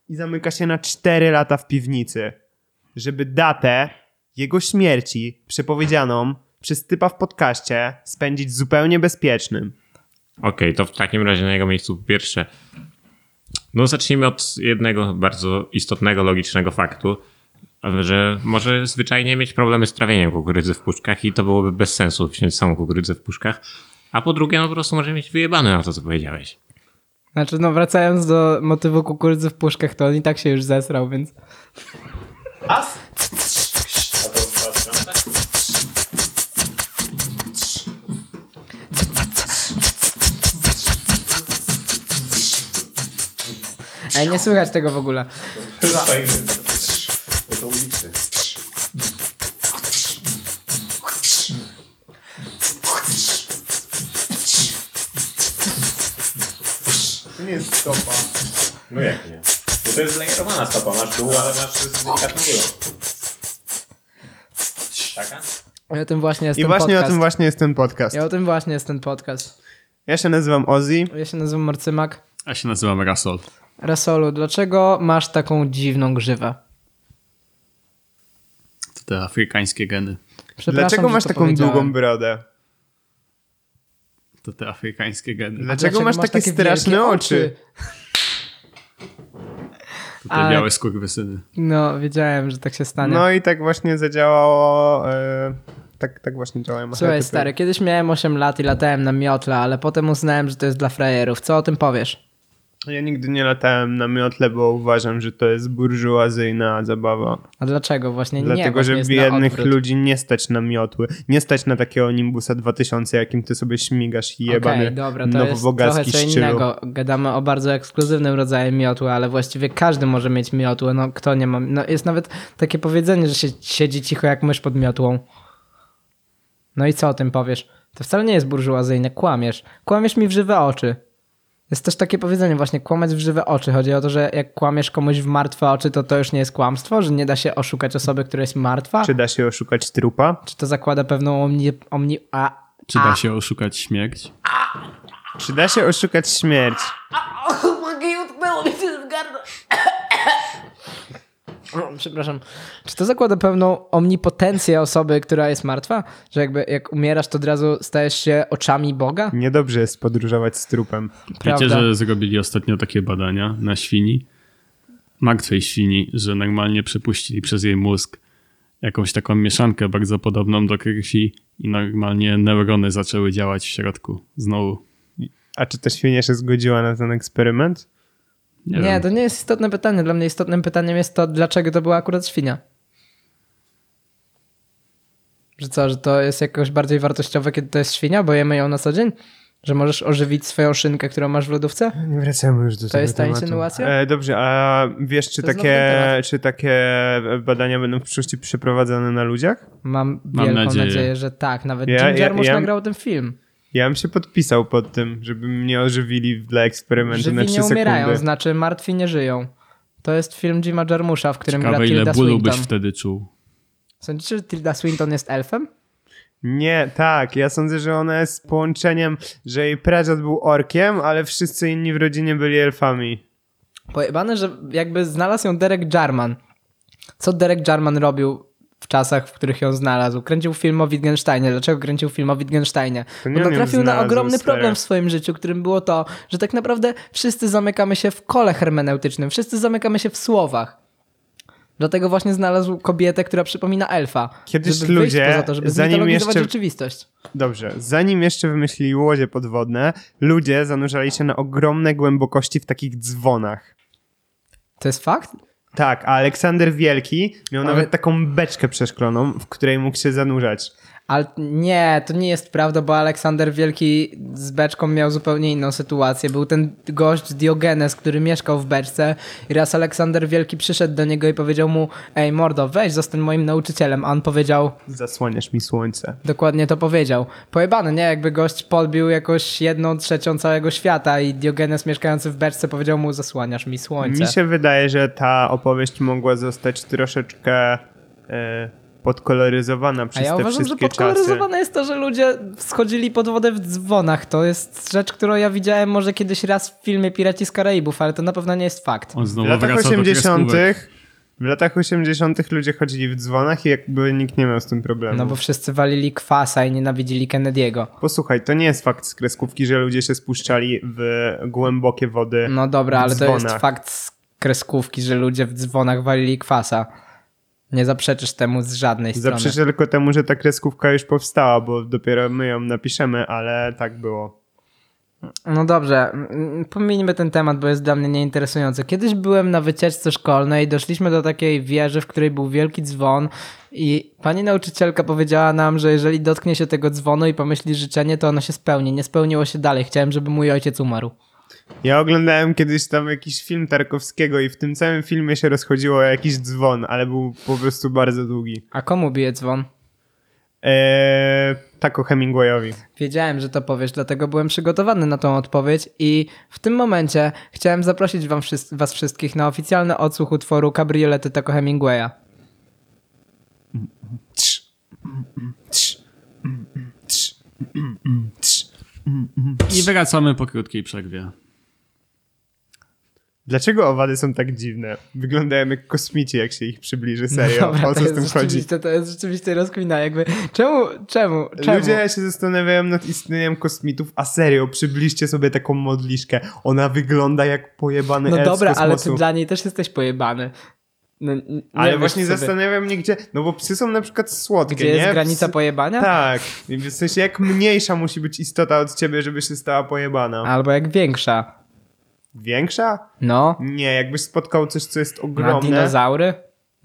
Speaker 2: i zamyka się na 4 lata w piwnicy, żeby datę jego śmierci przepowiedzianą przez typa w podcaście spędzić w zupełnie bezpiecznym.
Speaker 3: Okej, to w takim razie na jego miejscu po pierwsze. No zacznijmy od jednego bardzo istotnego, logicznego faktu, że może zwyczajnie mieć problemy z trawieniem kukurydzy w puszkach i to byłoby bez sensu wziąć samą kukurydzę w puszkach. A po drugie, no po prostu może mieć wyjebane na to, co powiedziałeś.
Speaker 1: Znaczy, no wracając do motywu kukurydzy w puszkach, to on i tak się już zesrał, więc...
Speaker 4: As?
Speaker 1: Ej, nie słychać tego w ogóle.
Speaker 4: To jest fajne. Bo to ulicy.
Speaker 2: To nie jest stopa.
Speaker 4: No jak nie? Bo to jest zlegerowana stopa, masz dół, ale masz delikatną górę. Taka?
Speaker 1: I o tym właśnie jest
Speaker 2: I
Speaker 1: ten
Speaker 2: właśnie
Speaker 1: podcast.
Speaker 2: o tym właśnie jest ten podcast.
Speaker 1: I o tym właśnie jest ten podcast.
Speaker 2: Ja się nazywam Ozzy.
Speaker 1: Ja się nazywam Marcymak.
Speaker 5: Ja się nazywam Rasol.
Speaker 1: Rasolu, dlaczego masz taką dziwną grzywę?
Speaker 5: To te afrykańskie geny.
Speaker 1: Przepraszam,
Speaker 2: Dlaczego
Speaker 1: że
Speaker 2: masz
Speaker 1: to
Speaker 2: taką
Speaker 1: powiedziałem.
Speaker 2: długą brodę?
Speaker 5: To te afrykańskie geny.
Speaker 2: Dlaczego, masz, takie, straszne
Speaker 1: wielkie
Speaker 2: oczy?
Speaker 5: To te
Speaker 1: Ale-
Speaker 5: białe skurwysyny.
Speaker 1: No, wiedziałem, że tak się stanie.
Speaker 2: No i tak właśnie zadziałało... E, tak, tak właśnie działałem.
Speaker 1: Słuchaj, stary, kiedyś miałem 8 lat i latałem na miotle, ale potem uznałem, że to jest dla frajerów. Co o tym powiesz?
Speaker 2: Ja nigdy nie latałem na miotle, bo uważam, że to jest burżuazyjna zabawa.
Speaker 1: A dlaczego? Właśnie nie,
Speaker 2: Dlatego,
Speaker 1: właśnie
Speaker 2: że
Speaker 1: jest na
Speaker 2: biednych
Speaker 1: odwrót.
Speaker 2: ludzi nie stać na miotły. Nie stać na takiego Nimbusa 2000, jakim ty sobie śmigasz i jebany
Speaker 1: Okej, dobra, to jest trochę
Speaker 2: nowobogacki
Speaker 1: co
Speaker 2: szczylu.
Speaker 1: innego. Gadamy o bardzo ekskluzywnym rodzaju miotły, ale właściwie każdy może mieć miotłę. No kto nie ma? No jest nawet takie powiedzenie, że się siedzi cicho jak mysz pod miotłą. No i co o tym powiesz? To wcale nie jest burżuazyjne, kłamiesz. Kłamiesz mi w żywe oczy. Jest też takie powiedzenie właśnie, kłamać w żywe oczy. Chodzi o to, że jak kłamiesz komuś w martwe oczy, to to już nie jest kłamstwo, że nie da się oszukać osoby, która jest martwa?
Speaker 2: Czy
Speaker 1: Czy,
Speaker 2: da się oszukać trupa?
Speaker 1: to zakłada pewną omni... omni a,
Speaker 5: Czy da się oszukać śmierć?
Speaker 2: Czy da się oszukać śmierć?
Speaker 1: O, Przepraszam. Czy to zakłada pewną omnipotencję osoby, która jest martwa? Że jakby jak umierasz, to od razu stajesz się oczami Boga?
Speaker 2: Niedobrze jest podróżować z trupem.
Speaker 1: Prawda.
Speaker 5: Wiecie, że zrobili ostatnio takie badania na świni? Martwej świni, że normalnie przepuścili przez jej mózg jakąś taką mieszankę bardzo podobną do krwi i normalnie neurony zaczęły działać w środku. Znowu.
Speaker 2: A czy ta świnia się zgodziła na ten eksperyment?
Speaker 5: Nie,
Speaker 1: Nie,
Speaker 5: wiem.
Speaker 1: to nie jest istotne pytanie. Dla mnie istotnym pytaniem jest to, dlaczego to była akurat świnia. Że co, że to jest jakoś bardziej wartościowe, kiedy to jest świnia, bo jemy ją na co dzień? Że możesz ożywić swoją szynkę, którą masz w lodówce?
Speaker 2: Nie wracamy już do tego
Speaker 1: jest ta
Speaker 2: tematu.
Speaker 1: insynuacja?
Speaker 2: E, dobrze, a wiesz, czy
Speaker 1: To jest
Speaker 2: takie,
Speaker 1: nowy temat.
Speaker 2: czy takie badania będą w przyszłości przeprowadzane na ludziach?
Speaker 1: Mam,
Speaker 5: Mam
Speaker 1: wielką nadzieję.
Speaker 5: nadzieję.
Speaker 1: że tak. Nawet
Speaker 2: Ja-
Speaker 1: Jim
Speaker 2: ja-
Speaker 1: Jarmusch
Speaker 2: ja-
Speaker 1: nagrał ten film.
Speaker 2: Ja bym się podpisał pod tym, żeby mnie ożywili dla eksperymentu na
Speaker 1: Żywi
Speaker 2: 3
Speaker 1: nie umierają,
Speaker 2: sekundy.
Speaker 1: znaczy martwi nie żyją. To jest film Jima Jarmusza, w którym
Speaker 5: Ciekawe,
Speaker 1: gra Tilda
Speaker 5: ile bólu
Speaker 1: Swinton.
Speaker 5: byś wtedy czuł.
Speaker 1: Sądzicie, że Tilda Swinton jest elfem?
Speaker 2: Nie, tak. Ja sądzę, że ona jest połączeniem, że jej pradziad był orkiem, ale wszyscy inni w rodzinie byli elfami.
Speaker 1: Pojebane, że jakby znalazł ją Derek Jarman. Co Derek Jarman robił w czasach, w których ją znalazł? Kręcił film o Wittgensteinie. Dlaczego kręcił film o Wittgensteinie?
Speaker 2: To nie
Speaker 1: Bo
Speaker 2: on ją
Speaker 1: natrafił na
Speaker 2: znalazł,
Speaker 1: ogromny
Speaker 2: stary.
Speaker 1: problem w swoim życiu, którym było to, że tak naprawdę wszyscy zamykamy się w kole hermeneutycznym. Wszyscy zamykamy się w słowach. Dlatego właśnie znalazł kobietę, która przypomina elfa.
Speaker 2: Kiedyś
Speaker 1: żeby wyjść
Speaker 2: ludzie,
Speaker 1: poza to, żeby
Speaker 2: zanim
Speaker 1: zmitologizować
Speaker 2: jeszcze-
Speaker 1: rzeczywistość.
Speaker 2: Dobrze, zanim jeszcze wymyślili łodzie podwodne, ludzie zanurzali się na ogromne głębokości w takich dzwonach.
Speaker 1: To jest fakt?
Speaker 2: Tak, a Aleksander Wielki miał
Speaker 1: Ale-
Speaker 2: nawet taką beczkę przeszkloną, w której mógł się zanurzać.
Speaker 1: Ale nie, to nie jest prawda, bo Aleksander Wielki z beczką miał zupełnie inną sytuację. Był ten gość Diogenes, który mieszkał w beczce i raz Aleksander Wielki przyszedł do niego i powiedział mu ej mordo, weź zostań moim nauczycielem, a on powiedział
Speaker 2: Zasłaniasz mi słońce.
Speaker 1: Dokładnie to powiedział. Pojebane, nie? Jakby gość podbił jakoś jedną trzecią całego świata i Diogenes mieszkający w beczce powiedział mu zasłaniasz mi słońce.
Speaker 2: Mi się wydaje, że ta opowieść mogła zostać troszeczkę e, podkoloryzowana
Speaker 1: A
Speaker 2: przez
Speaker 1: ja
Speaker 2: te
Speaker 1: uważam, że
Speaker 2: wszystkie czasy.
Speaker 1: podkoloryzowane jest to, że ludzie schodzili pod wodę w dzwonach. To jest rzecz, którą ja widziałem może kiedyś raz w filmie Piraci z Karaibów, ale to na pewno nie jest fakt.
Speaker 5: On znowu
Speaker 2: W latach
Speaker 5: wraca No do kreskówek.
Speaker 2: 80. W latach 80. ludzie chodzili w dzwonach i jakby nikt nie miał z tym problemu.
Speaker 1: No bo wszyscy walili kwasa i nienawidzili Kennedy'ego.
Speaker 2: Posłuchaj, to nie jest fakt z kreskówki, że ludzie się spuszczali w głębokie wody.
Speaker 1: No dobra,
Speaker 2: w
Speaker 1: ale to jest
Speaker 2: dzwonach.
Speaker 1: fakt z kreskówki, że ludzie w dzwonach walili kwasa. Nie zaprzeczysz temu z żadnej strony.
Speaker 2: Zaprzeczę tylko temu, że ta kreskówka już powstała, bo dopiero my ją napiszemy, ale tak było.
Speaker 1: No dobrze, mm, pomińmy ten temat, bo jest dla mnie nieinteresujący. Kiedyś byłem na wycieczce szkolnej, doszliśmy do takiej wieży, w której był wielki dzwon i pani nauczycielka powiedziała nam, że jeżeli dotknie się tego dzwonu i pomyśli życzenie, to ono się spełni. Nie spełniło się dalej, chciałem, żeby mój ojciec umarł.
Speaker 2: Ja oglądałem kiedyś tam jakiś film Tarkowskiego i w tym całym filmie się rozchodziło o jakiś dzwon, ale był po prostu bardzo długi.
Speaker 1: A komu bije dzwon?
Speaker 2: Eee, tak o Hemingwayowi.
Speaker 1: Wiedziałem, że to powiesz, dlatego byłem przygotowany na tą odpowiedź i w tym momencie chciałem zaprosić wam wszys- was wszystkich na oficjalny odsłuch utworu Kabriolety Toko Hemingwaya.
Speaker 5: I wracamy po krótkiej przerwie.
Speaker 2: Dlaczego owady są tak dziwne? Wyglądają jak kosmici, jak się ich przybliży, serio. o co
Speaker 1: to
Speaker 2: z tym
Speaker 1: jest
Speaker 2: chodzi?
Speaker 1: rzeczywiście- To jest rzeczywiście rozkmina, jakby. Czemu, czemu, czemu?
Speaker 2: Ludzie się zastanawiają nad istnieniem kosmitów, a serio, przybliżcie sobie taką modliszkę. Ona wygląda jak pojebany
Speaker 1: no
Speaker 2: elf
Speaker 1: dobra,
Speaker 2: e, z
Speaker 1: ale
Speaker 2: kosmosu.
Speaker 1: ty dla niej też jesteś pojebany. No, n- nie
Speaker 2: Ale
Speaker 1: wiesz
Speaker 2: właśnie
Speaker 1: sobie,
Speaker 2: zastanawiam mnie, gdzie. No bo psy są na przykład słodkie.
Speaker 1: Gdzie
Speaker 2: nie?
Speaker 1: jest granica
Speaker 2: Psy-
Speaker 1: pojebania?
Speaker 2: Tak. W sensie, jak mniejsza musi być istota od ciebie, żeby się stała pojebana.
Speaker 1: Albo jak większa.
Speaker 2: Większa?
Speaker 1: No,
Speaker 2: Nie, jakbyś spotkał coś, co jest
Speaker 1: a
Speaker 2: ogromne.
Speaker 1: dinozaury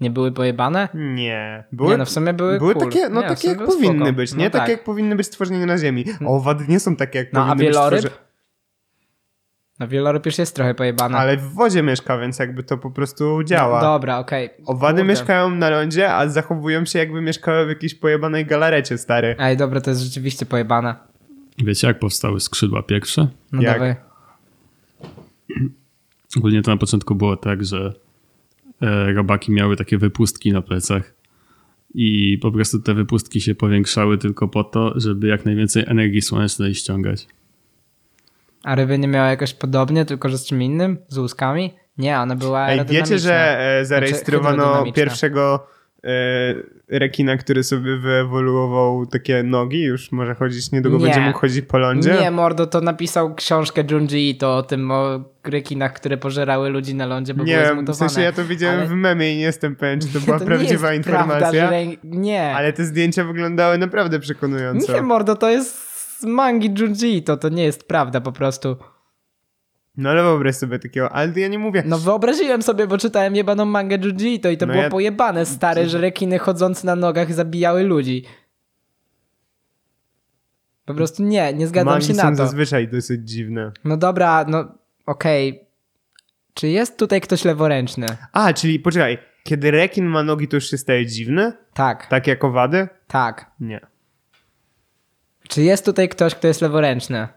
Speaker 1: nie były pojebane?
Speaker 2: Nie. Były,
Speaker 1: Nie, no w sumie były cool.
Speaker 2: takie, no
Speaker 1: Nie, w
Speaker 2: takie
Speaker 1: sumie
Speaker 2: jak
Speaker 1: były
Speaker 2: powinny
Speaker 1: spoko.
Speaker 2: być,
Speaker 1: No
Speaker 2: nie? takie
Speaker 1: tak. Mm.
Speaker 2: jak powinny być stworzenia na Ziemi. A owady nie są takie, jak
Speaker 1: No a
Speaker 2: powinny być
Speaker 1: wieloryb?
Speaker 2: stworze-
Speaker 1: No wieloryb już jest trochę pojebany.
Speaker 2: Ale w wodzie mieszka, więc jakby to po prostu działa.
Speaker 1: No. Dobra, okej.
Speaker 2: Owady
Speaker 1: Kurde.
Speaker 2: mieszkają na lądzie, a zachowują się jakby mieszkały w jakiejś pojebanej galarecie, stary.
Speaker 1: Ej, dobra, to jest rzeczywiście pojebane.
Speaker 5: Wiecie, jak powstały skrzydła pierwsze?
Speaker 1: No
Speaker 2: Jak?
Speaker 1: dawaj.
Speaker 5: Ogólnie to na początku było tak, że e, robaki miały takie wypustki na plecach i po prostu te wypustki się powiększały tylko po to, żeby jak najwięcej energii słonecznej ściągać.
Speaker 1: A ryby nie miała jakoś podobnie, tylko że z czym innym? Z łuskami? Nie, ona była
Speaker 2: Ej, wiecie, że e, zarejestrowano
Speaker 1: Znaczy, hydrodynamiczne.
Speaker 2: pierwszego e, rekina, który sobie wyewoluował takie nogi, już może chodzić, niedługo
Speaker 1: Nie.
Speaker 2: będzie mógł chodzić po lądzie?
Speaker 1: Nie, mordo, to napisał książkę Junji Ito o tym, o rekinach, które pożerały ludzi na lądzie, bo były
Speaker 2: nie w
Speaker 1: zmutowane.
Speaker 2: sensie ja to widziałem
Speaker 1: Ale
Speaker 2: w memie i nie jestem pewien, czy to była
Speaker 1: to nie
Speaker 2: prawdziwa
Speaker 1: jest
Speaker 2: informacja,
Speaker 1: Prawda, że rę- nie,
Speaker 2: ale te zdjęcia wyglądały naprawdę przekonująco.
Speaker 1: nie, mordo, to jest z mangi Junji Ito, to nie jest prawda po prostu.
Speaker 2: No ale wyobraź sobie takiego, ale ja nie mówię,
Speaker 1: No wyobraziłem sobie, bo czytałem jebaną mangę Junji Ito i to
Speaker 2: No
Speaker 1: było
Speaker 2: ja-
Speaker 1: pojebane, stary, że rekiny chodzące na nogach zabijały ludzi. Po prostu nie, nie zgadzam
Speaker 2: mangi
Speaker 1: się na
Speaker 2: są
Speaker 1: to.
Speaker 2: zazwyczaj dosyć dziwne.
Speaker 1: No dobra, no okej. Czy jest tutaj ktoś leworęczny?
Speaker 2: A, czyli poczekaj, kiedy rekin ma nogi, to już się staje dziwny?
Speaker 1: Tak,
Speaker 2: Tak jak owady?
Speaker 1: tak.
Speaker 2: Nie.
Speaker 1: Czy jest tutaj ktoś, kto jest leworęczny?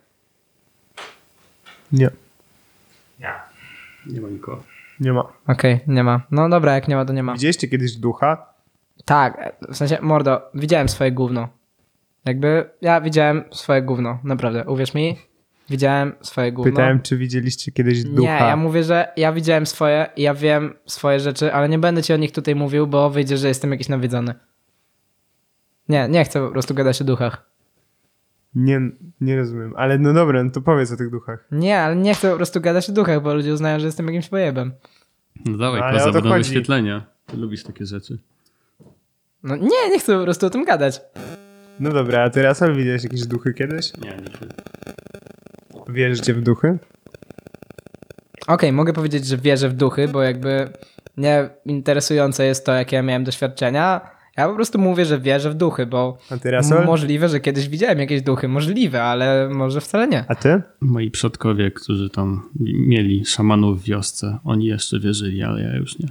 Speaker 2: Nie.
Speaker 4: Ja.
Speaker 5: Nie ma nikogo.
Speaker 2: Nie ma.
Speaker 1: Okej, nie ma. No dobra, jak nie ma, to nie ma.
Speaker 2: Widzieliście kiedyś ducha?
Speaker 1: Tak, w sensie, mordo, widziałem swoje gówno. Jakby, ja widziałem swoje gówno, naprawdę, uwierz mi, widziałem swoje gówno.
Speaker 2: Pytałem, czy widzieliście kiedyś
Speaker 1: No. Nie,
Speaker 2: ducha.
Speaker 1: ja mówię, że ja widziałem swoje, ja wiem swoje rzeczy, ale nie będę ci o nich tutaj mówił, bo wyjdzie, że jestem jakiś nawiedzony. Nie, nie chcę po prostu gadać o duchach.
Speaker 2: nie, nie rozumiem, ale no dobra, no to powiedz o tych duchach.
Speaker 1: Nie, ale nie chcę po prostu gadać o duchach, bo ludzie uznają, że jestem jakimś pojebem.
Speaker 5: No dawaj,
Speaker 2: No, ale
Speaker 5: koza,
Speaker 2: o to
Speaker 5: będą
Speaker 2: chodzi.
Speaker 5: wyświetlenia. Ty lubisz takie rzeczy.
Speaker 1: No nie, nie chcę po prostu o tym gadać.
Speaker 2: No dobra, a ty Rasal widziałeś jakieś duchy kiedyś?
Speaker 5: Nie, nie.
Speaker 2: Wierzycie w duchy?
Speaker 1: Okej, mogę powiedzieć, że wierzę w duchy, bo jakby nie interesujące jest to, jakie ja miałem doświadczenia. Ja po prostu mówię, że wierzę w duchy, bo
Speaker 2: A ty Rasal?
Speaker 1: możliwe, że kiedyś widziałem jakieś duchy, możliwe, ale może wcale nie.
Speaker 2: A ty?
Speaker 5: Moi przodkowie, którzy tam mieli szamanów w wiosce, oni jeszcze wierzyli, ale ja już nie.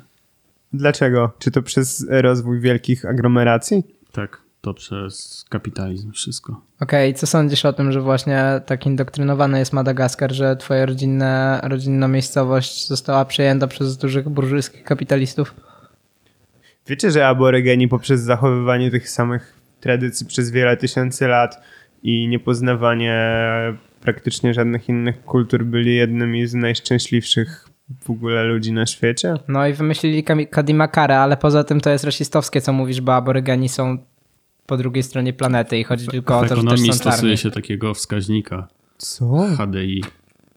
Speaker 2: Dlaczego? Czy to przez rozwój wielkich aglomeracji?
Speaker 5: Tak, to przez kapitalizm wszystko.
Speaker 1: Okej, co sądzisz o tym, że właśnie tak indoktrynowany jest Madagaskar, że twoja rodzinna, rodzinna miejscowość została przejęta przez dużych burżyjskich kapitalistów?
Speaker 2: Wiecie, że aborygeni poprzez zachowywanie tych samych tradycji przez wiele tysięcy lat i niepoznawanie praktycznie żadnych innych kultur byli jednymi z najszczęśliwszych w ogóle ludzi na świecie?
Speaker 1: No i wymyślili Kami- Kadimakara, ale poza tym to jest rasistowskie, co mówisz, bo aborygeni są po drugiej stronie planety i chodzi tylko o
Speaker 5: W
Speaker 1: to, że też
Speaker 5: ekonomii
Speaker 1: są czarni.
Speaker 5: stosuje się takiego wskaźnika
Speaker 2: Co?
Speaker 5: HDI.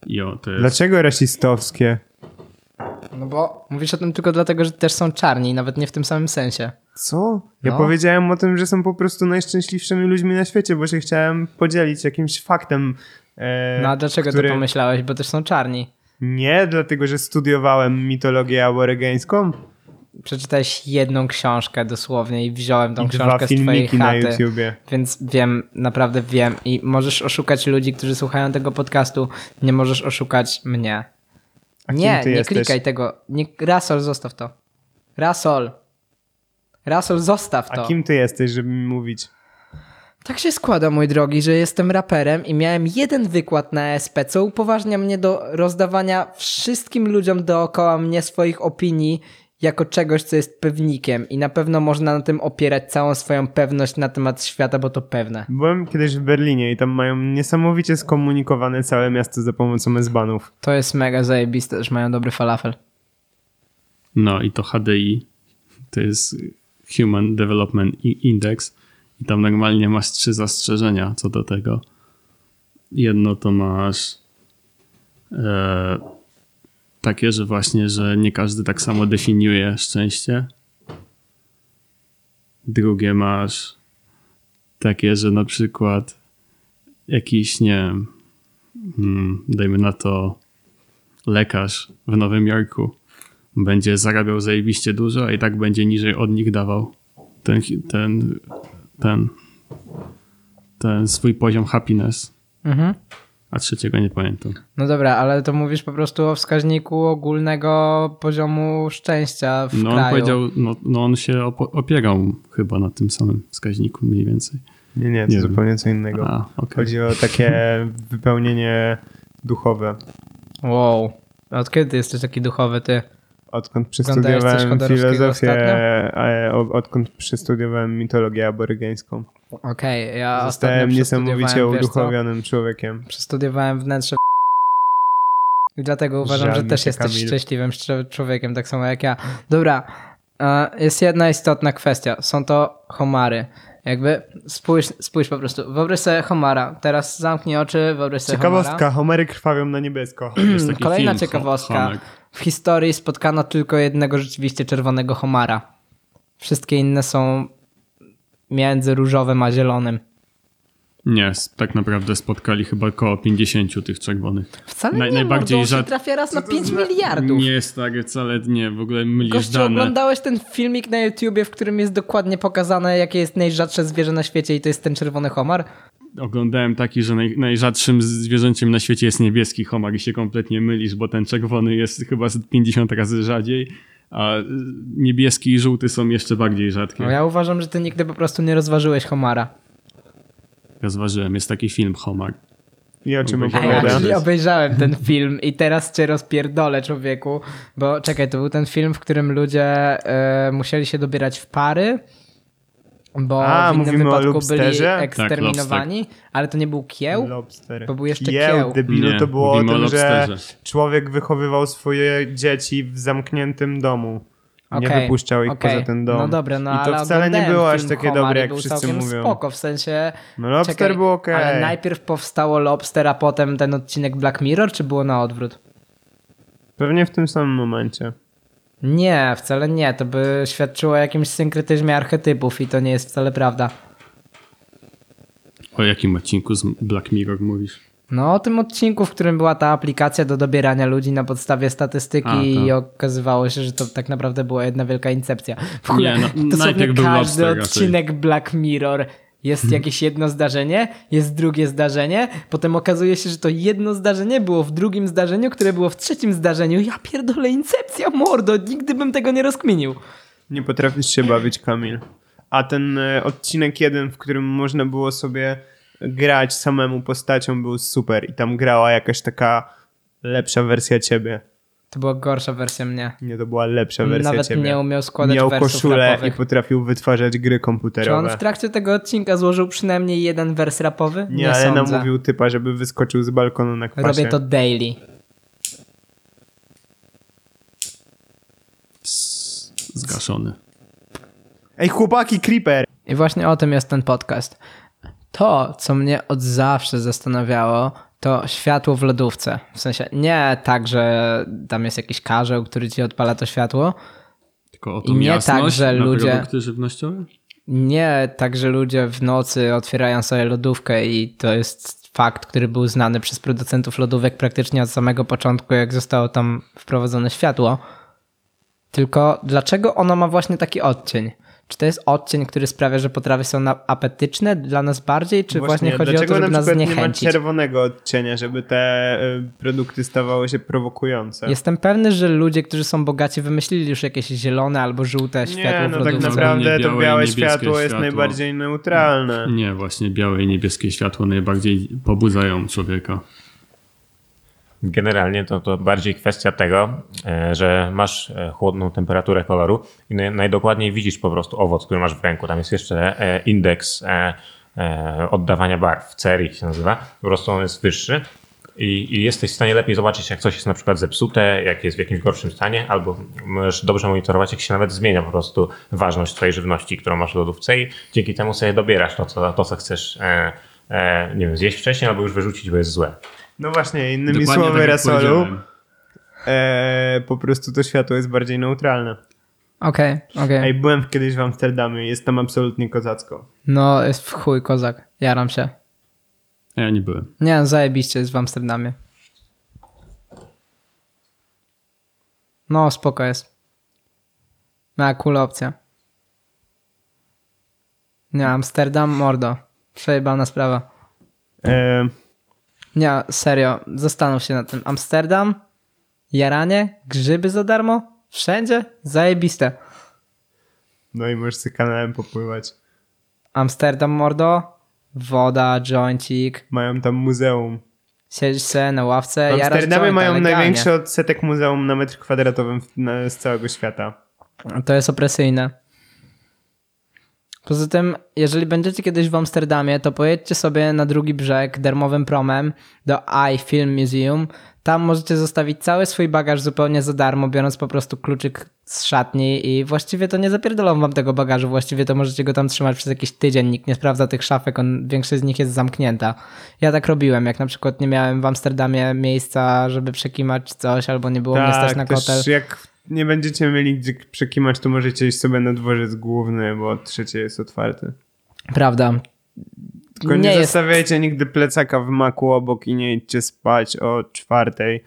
Speaker 5: I o, to jest
Speaker 2: Dlaczego rasistowskie?
Speaker 1: No bo mówisz o tym tylko dlatego, że też są czarni i nawet nie w tym samym sensie.
Speaker 2: Co? Ja
Speaker 1: No.
Speaker 2: powiedziałem o tym, że są po prostu najszczęśliwszymi ludźmi na świecie, bo się chciałem podzielić jakimś faktem. E,
Speaker 1: No a dlaczego
Speaker 2: który...
Speaker 1: to pomyślałeś? Bo też są czarni.
Speaker 2: Nie, dlatego że studiowałem mitologię aborygeńską
Speaker 1: Przeczytałeś jedną książkę dosłownie i wziąłem tą
Speaker 2: i dwa
Speaker 1: książkę z twojej
Speaker 2: filmiki na
Speaker 1: chaty.
Speaker 2: YouTubie.
Speaker 1: Więc wiem, naprawdę wiem i możesz oszukać ludzi, którzy słuchają tego podcastu, nie możesz oszukać mnie.
Speaker 2: A kim
Speaker 1: nie,
Speaker 2: ty
Speaker 1: nie
Speaker 2: jesteś?
Speaker 1: klikaj tego. Nie, Rasol, zostaw to. Rasol. Rasol, zostaw
Speaker 2: A
Speaker 1: to.
Speaker 2: kim ty jesteś, żeby mi mówić?
Speaker 1: Tak się składa, mój drogi, że jestem raperem i miałem jeden wykład na ESP, co upoważnia mnie do rozdawania wszystkim ludziom dookoła mnie swoich opinii jako czegoś, co jest pewnikiem i na pewno można na tym opierać całą swoją pewność na temat świata, bo to pewne.
Speaker 2: Byłem kiedyś w Berlinie i tam mają niesamowicie skomunikowane całe miasto za pomocą S-banów.
Speaker 1: To jest mega zajebiste, że mają dobry falafel.
Speaker 5: No i to HDI to jest Human Development I- Index i tam normalnie masz trzy zastrzeżenia co do tego. Jedno to masz e, takie, że właśnie, że nie każdy tak samo definiuje szczęście. Drugie masz takie, że na przykład jakiś, nie wiem, mm, dajmy na to lekarz w Nowym Jorku będzie zarabiał zajebiście dużo, a i tak będzie niżej od nich dawał ten, ten, ten, ten swój poziom happiness.
Speaker 1: Mhm.
Speaker 5: A trzeciego nie pamiętam.
Speaker 1: No dobra, ale to mówisz po prostu o wskaźniku ogólnego poziomu szczęścia w
Speaker 5: No on
Speaker 1: kraju.
Speaker 5: powiedział, no, no on się opo- opierał chyba na tym samym wskaźniku mniej więcej.
Speaker 2: Nie, nie, to
Speaker 5: Nie wiem.
Speaker 2: zupełnie co
Speaker 1: No.
Speaker 2: innego.
Speaker 5: A, okej.
Speaker 2: Chodzi o takie wypełnienie duchowe.
Speaker 1: Wow. Od kiedy jesteś taki duchowy, ty?
Speaker 2: Odkąd
Speaker 1: Oglądałeś coś
Speaker 2: przestudiowałem
Speaker 1: Chodorowskiego
Speaker 2: filozofię,
Speaker 1: ostatnio?
Speaker 2: e, o- odkąd przestudiowałem mitologię aborygeńską.
Speaker 1: Okej, ja
Speaker 2: Zostałem
Speaker 1: ostatnio
Speaker 2: niesamowicie
Speaker 1: przestudiowałem, wiesz co?
Speaker 2: uduchowionym człowiekiem.
Speaker 1: Przestudiowałem wnętrze w- i dlatego uważam,
Speaker 2: Żal
Speaker 1: że
Speaker 2: mi
Speaker 1: też
Speaker 2: się,
Speaker 1: jesteś
Speaker 2: Kamil.
Speaker 1: szczęśliwym szcz- człowiekiem, tak samo jak ja. Dobra, e, jest jedna istotna kwestia. Są to homary. Jakby spójrz, spójrz po prostu. Wyobraź sobie homara. Teraz zamknij oczy, wyobraź sobie homara.
Speaker 2: Ciekawostka, homery krwawią na niebiesko.
Speaker 5: Jest taki
Speaker 1: Kolejna
Speaker 5: film, no,
Speaker 1: ciekawostka.
Speaker 5: Honek.
Speaker 1: W historii spotkano tylko jednego rzeczywiście czerwonego homara. Wszystkie inne są między różowym a zielonym.
Speaker 5: Nie, s- tak naprawdę spotkali chyba około 50 tych czerwonych.
Speaker 1: Wcale
Speaker 5: Naj-
Speaker 1: nie,
Speaker 5: najbardziej
Speaker 1: najbardziej mordą,
Speaker 5: żad-
Speaker 1: się trafia raz na 5 miliardów.
Speaker 5: Nie, stary, wcale nie, w ogóle mylisz
Speaker 1: Gościu,
Speaker 5: dane.
Speaker 1: oglądałeś ten filmik na YouTubie, w którym jest dokładnie pokazane, jakie jest najrzadsze zwierzę na świecie i to jest ten czerwony homar?
Speaker 5: Oglądałem taki, że naj, najrzadszym zwierzęciem na świecie jest niebieski homar i się kompletnie mylisz, bo ten czerwony jest chyba z 50 razy rzadziej, a y, niebieski i żółty są jeszcze bardziej rzadkie.
Speaker 1: No
Speaker 2: Hmm.
Speaker 1: ja uważam, że ty nigdy po prostu nie rozważyłeś homara.
Speaker 5: Ja zważyłem, jest taki film homar.
Speaker 2: I o czym
Speaker 1: A ja
Speaker 2: opowiada?
Speaker 1: czyli obejrzałem ten film i teraz cię rozpierdolę, człowieku. Bo czekaj, to był ten film, w którym ludzie e, musieli się dobierać w pary, bo
Speaker 2: A,
Speaker 1: w innym
Speaker 2: mówimy o
Speaker 1: wypadku byli
Speaker 2: Lobsterze? Tak,
Speaker 1: eksterminowani, ale to nie był kieł.
Speaker 2: Lobster.
Speaker 1: To był jeszcze kieł.
Speaker 2: Kieł, debilu,
Speaker 5: Nie,
Speaker 2: to było o
Speaker 5: mówimy o
Speaker 2: tym, że
Speaker 5: lobsterze.
Speaker 2: człowiek wychowywał swoje dzieci w zamkniętym domu. Nie
Speaker 1: Okej,
Speaker 2: wypuszczał ich
Speaker 1: okej.
Speaker 2: poza ten dom.
Speaker 1: No dobra, no
Speaker 2: I to
Speaker 1: ale
Speaker 2: wcale nie
Speaker 1: oglądałem
Speaker 2: było aż
Speaker 1: film
Speaker 2: takie
Speaker 1: Homar
Speaker 2: dobre,
Speaker 1: i
Speaker 2: jak
Speaker 1: był
Speaker 2: wszyscy
Speaker 1: całkiem
Speaker 2: mówią.
Speaker 1: spoko, w sensie...
Speaker 2: No Lobster
Speaker 1: czekaj,
Speaker 2: był okej.
Speaker 1: Ale najpierw powstało Lobster, a potem ten odcinek Black Mirror, czy było na odwrót?
Speaker 2: Pewnie w tym samym momencie.
Speaker 1: Nie, wcale nie. To by świadczyło o jakimś synkretyzmie archetypów i to nie jest wcale prawda.
Speaker 5: O jakim odcinku z Black Mirror mówisz?
Speaker 1: No o tym odcinku, w którym była ta aplikacja do dobierania ludzi na podstawie statystyki
Speaker 5: A, tak.
Speaker 1: i okazywało się, że to tak naprawdę była jedna wielka incepcja. W ogóle
Speaker 5: Nie, no,
Speaker 1: dosłownie
Speaker 5: najpierw był
Speaker 1: każdy
Speaker 5: Lobster raczej. Hmm.
Speaker 1: odcinek Black Mirror jest jakieś jedno zdarzenie, jest drugie zdarzenie, potem okazuje się, że to jedno zdarzenie było w drugim zdarzeniu, które było w trzecim zdarzeniu. Ja pierdolę, incepcja, mordo, nigdy bym tego nie rozkminił.
Speaker 2: Nie potrafisz się bawić, Kamil. A ten e, odcinek jeden, w którym można było sobie grać samemu postacią, był super. I tam grała jakaś taka lepsza wersja ciebie.
Speaker 1: To była gorsza wersja mnie.
Speaker 2: Nie, to była lepsza wersja
Speaker 1: Nawet
Speaker 2: ciebie.
Speaker 1: nie umiał składać
Speaker 2: Miał
Speaker 1: wersów
Speaker 2: koszulę
Speaker 1: rapowych.
Speaker 2: i potrafił wytwarzać gry
Speaker 1: Czy on
Speaker 2: komputerowe.
Speaker 1: w trakcie tego odcinka złożył przynajmniej jeden wers rapowy?
Speaker 2: Nie, ale
Speaker 1: sądzę.
Speaker 2: namówił typa, żeby wyskoczył z balkonu na kwasie.
Speaker 1: Robię to daily.
Speaker 5: Zgaszony.
Speaker 2: Ej, chłopaki, creeper!
Speaker 1: I właśnie o tym jest ten podcast. To, co mnie od zawsze zastanawiało, to światło w lodówce. W sensie nie tak, że tam jest jakiś karzeł, który ci odpala to światło.
Speaker 5: Tylko o
Speaker 1: I
Speaker 5: tą
Speaker 1: nie
Speaker 5: jasność
Speaker 1: tak, że
Speaker 5: na
Speaker 1: ludzie-
Speaker 5: produkty żywnościowe?
Speaker 1: Nie tak, że ludzie w nocy otwierają sobie lodówkę i to jest fakt, który był znany przez producentów lodówek praktycznie od samego początku, jak zostało tam wprowadzone światło. Tylko dlaczego ono ma właśnie taki odcień? Czy to jest odcień, który sprawia, że potrawy są na- apetyczne dla nas bardziej, czy właśnie, chodzi o
Speaker 2: dlaczego
Speaker 1: to, żeby
Speaker 2: na
Speaker 1: nas
Speaker 2: przykład nie ma
Speaker 1: zniechęcić?
Speaker 2: czerwonego odcienia, żeby te y, produkty stawały się prowokujące?
Speaker 1: Jestem pewny, że ludzie, którzy są bogaci, wymyślili już jakieś zielone albo żółte światło
Speaker 2: nie,
Speaker 1: w
Speaker 2: no tak
Speaker 1: lodówce.
Speaker 2: naprawdę
Speaker 5: Ogólnie
Speaker 2: to
Speaker 5: białe
Speaker 2: białe
Speaker 5: i niebieskie
Speaker 2: światło jest
Speaker 5: światło.
Speaker 2: najbardziej neutralne.
Speaker 5: Nie, właśnie białe i niebieskie światło najbardziej pobudzają człowieka.
Speaker 3: Generalnie to, to bardziej kwestia tego, e, że masz e, chłodną temperaturę koloru i naj- najdokładniej widzisz po prostu owoc, który masz w ręku. Tam jest jeszcze e, indeks e, e, oddawania barw, CERI się nazywa, po prostu on jest wyższy i, i jesteś w stanie lepiej zobaczyć, jak coś jest na przykład zepsute, jak jest w jakimś gorszym stanie, albo możesz dobrze monitorować, jak się nawet zmienia po prostu ważność twojej żywności, którą masz w lodówce i dzięki temu sobie dobierasz to, co, to, co chcesz e, e, nie wiem, zjeść wcześniej albo już wyrzucić, bo jest złe.
Speaker 2: No właśnie, innymi
Speaker 5: Dokładnie
Speaker 2: słowy
Speaker 5: tak jak
Speaker 2: rasolu,
Speaker 5: powiedziałem.
Speaker 2: e, po prostu to światło jest bardziej neutralne.
Speaker 1: Okej, okej.
Speaker 2: Ej, byłem kiedyś w Amsterdamie i jest tam absolutnie kozacko.
Speaker 1: No, jest w chuj kozak. Jaram się.
Speaker 5: A Ja nie byłem.
Speaker 1: Nie, no zajebiście jest w Amsterdamie. No, spoko jest. Na cool opcja. Nie, Amsterdam, mordo. Przejebana sprawa.
Speaker 2: E,
Speaker 1: Nie, serio, zastanów się nad tym. Amsterdam, jaranie, grzyby za darmo, wszędzie, zajebiste.
Speaker 2: no i możesz sobie kanałem popływać.
Speaker 1: Amsterdam, mordo, woda, jointik,
Speaker 2: Mają tam muzeum.
Speaker 1: siedzisz se na
Speaker 2: W
Speaker 1: ławce, jarasz
Speaker 2: Amsterdamie
Speaker 1: jointa,
Speaker 2: mają
Speaker 1: legalnie.
Speaker 2: największy odsetek muzeum na metr kwadratowy w- na, z całego świata.
Speaker 1: To jest opresyjne. Poza tym, jeżeli będziecie kiedyś w Amsterdamie, to pojedźcie sobie na drugi brzeg darmowym promem do I Film Museum. Tam możecie zostawić cały swój bagaż zupełnie za darmo, biorąc po prostu kluczyk z szatni i właściwie to nie zapierdolą wam tego bagażu, właściwie to możecie go tam trzymać przez jakiś tydzień, nikt nie sprawdza tych szafek, on, większość z nich jest zamknięta. Ja tak robiłem, jak na przykład nie miałem w Amsterdamie miejsca, żeby przekimać coś, albo nie było mnie stać na
Speaker 2: Tak, też
Speaker 1: kotel.
Speaker 2: jak nie będziecie mieli gdzie przekimać, to możecie iść sobie na dworzec główny, bo trzecie jest otwarty.
Speaker 1: Prawda.
Speaker 2: Tylko nie,
Speaker 1: jest-
Speaker 2: zostawiajcie nigdy plecaka w maku obok i nie idźcie spać o czwartej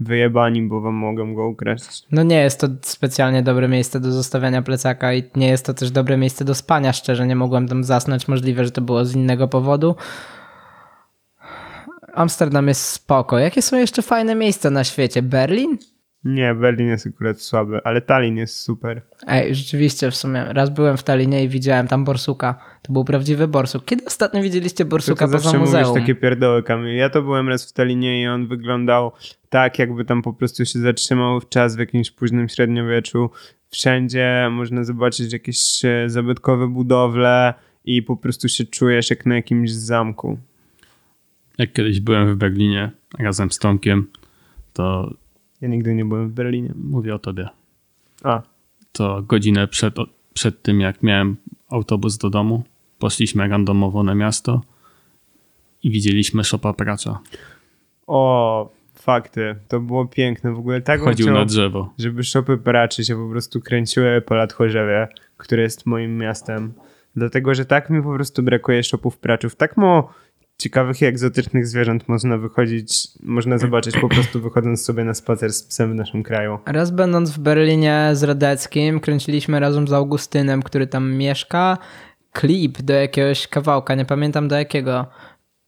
Speaker 2: wyjebani, bo wam mogą go ukraść.
Speaker 1: No nie jest to specjalnie dobre miejsce do zostawiania plecaka i nie jest to też dobre miejsce do spania, szczerze nie mogłem tam zasnąć, możliwe, że to było z innego powodu. Amsterdam jest spoko. Jakie są jeszcze fajne miejsca na świecie? Berlin?
Speaker 2: Nie, Berlin jest akurat słaby, ale Tallinn jest super.
Speaker 1: Ej, rzeczywiście w sumie. Raz byłem w Tallinie i widziałem tam borsuka. To był prawdziwy borsuk. Kiedy ostatnio widzieliście borsuka
Speaker 2: Tylko
Speaker 1: poza
Speaker 2: zawsze mówisz
Speaker 1: muzeum?
Speaker 2: takie pierdoły, Kamil. Ja to byłem raz w Talinie i on wyglądał tak, jakby tam po prostu się zatrzymał w czas w jakimś późnym średniowieczu. Wszędzie można zobaczyć jakieś e, zabytkowe budowle i po prostu się czujesz jak na jakimś zamku.
Speaker 5: Jak kiedyś byłem w Berlinie razem z Tomkiem, to
Speaker 2: Ja nigdy nie byłem w Berlinie.
Speaker 5: mówię o tobie.
Speaker 2: A,
Speaker 5: to godzinę przed, o- przed tym, jak miałem autobus do domu, poszliśmy randomowo na miasto i widzieliśmy Szopa Pracza.
Speaker 2: o, fakty. To było piękne. W ogóle tak bym
Speaker 5: Chodził
Speaker 2: chciał,
Speaker 5: na drzewo.
Speaker 2: żeby szopy praczy się po prostu kręciły po Latchorzewie, które jest moim miastem. Dlatego, że tak mi po prostu brakuje szopów praczów. Tak mało ciekawych i egzotycznych zwierząt można wychodzić, można zobaczyć po prostu wychodząc sobie na spacer z psem w naszym kraju.
Speaker 1: Raz będąc w Berlinie z Radeckim, kręciliśmy razem z Augustynem, który tam mieszka, klip do jakiegoś kawałka, nie pamiętam do jakiego.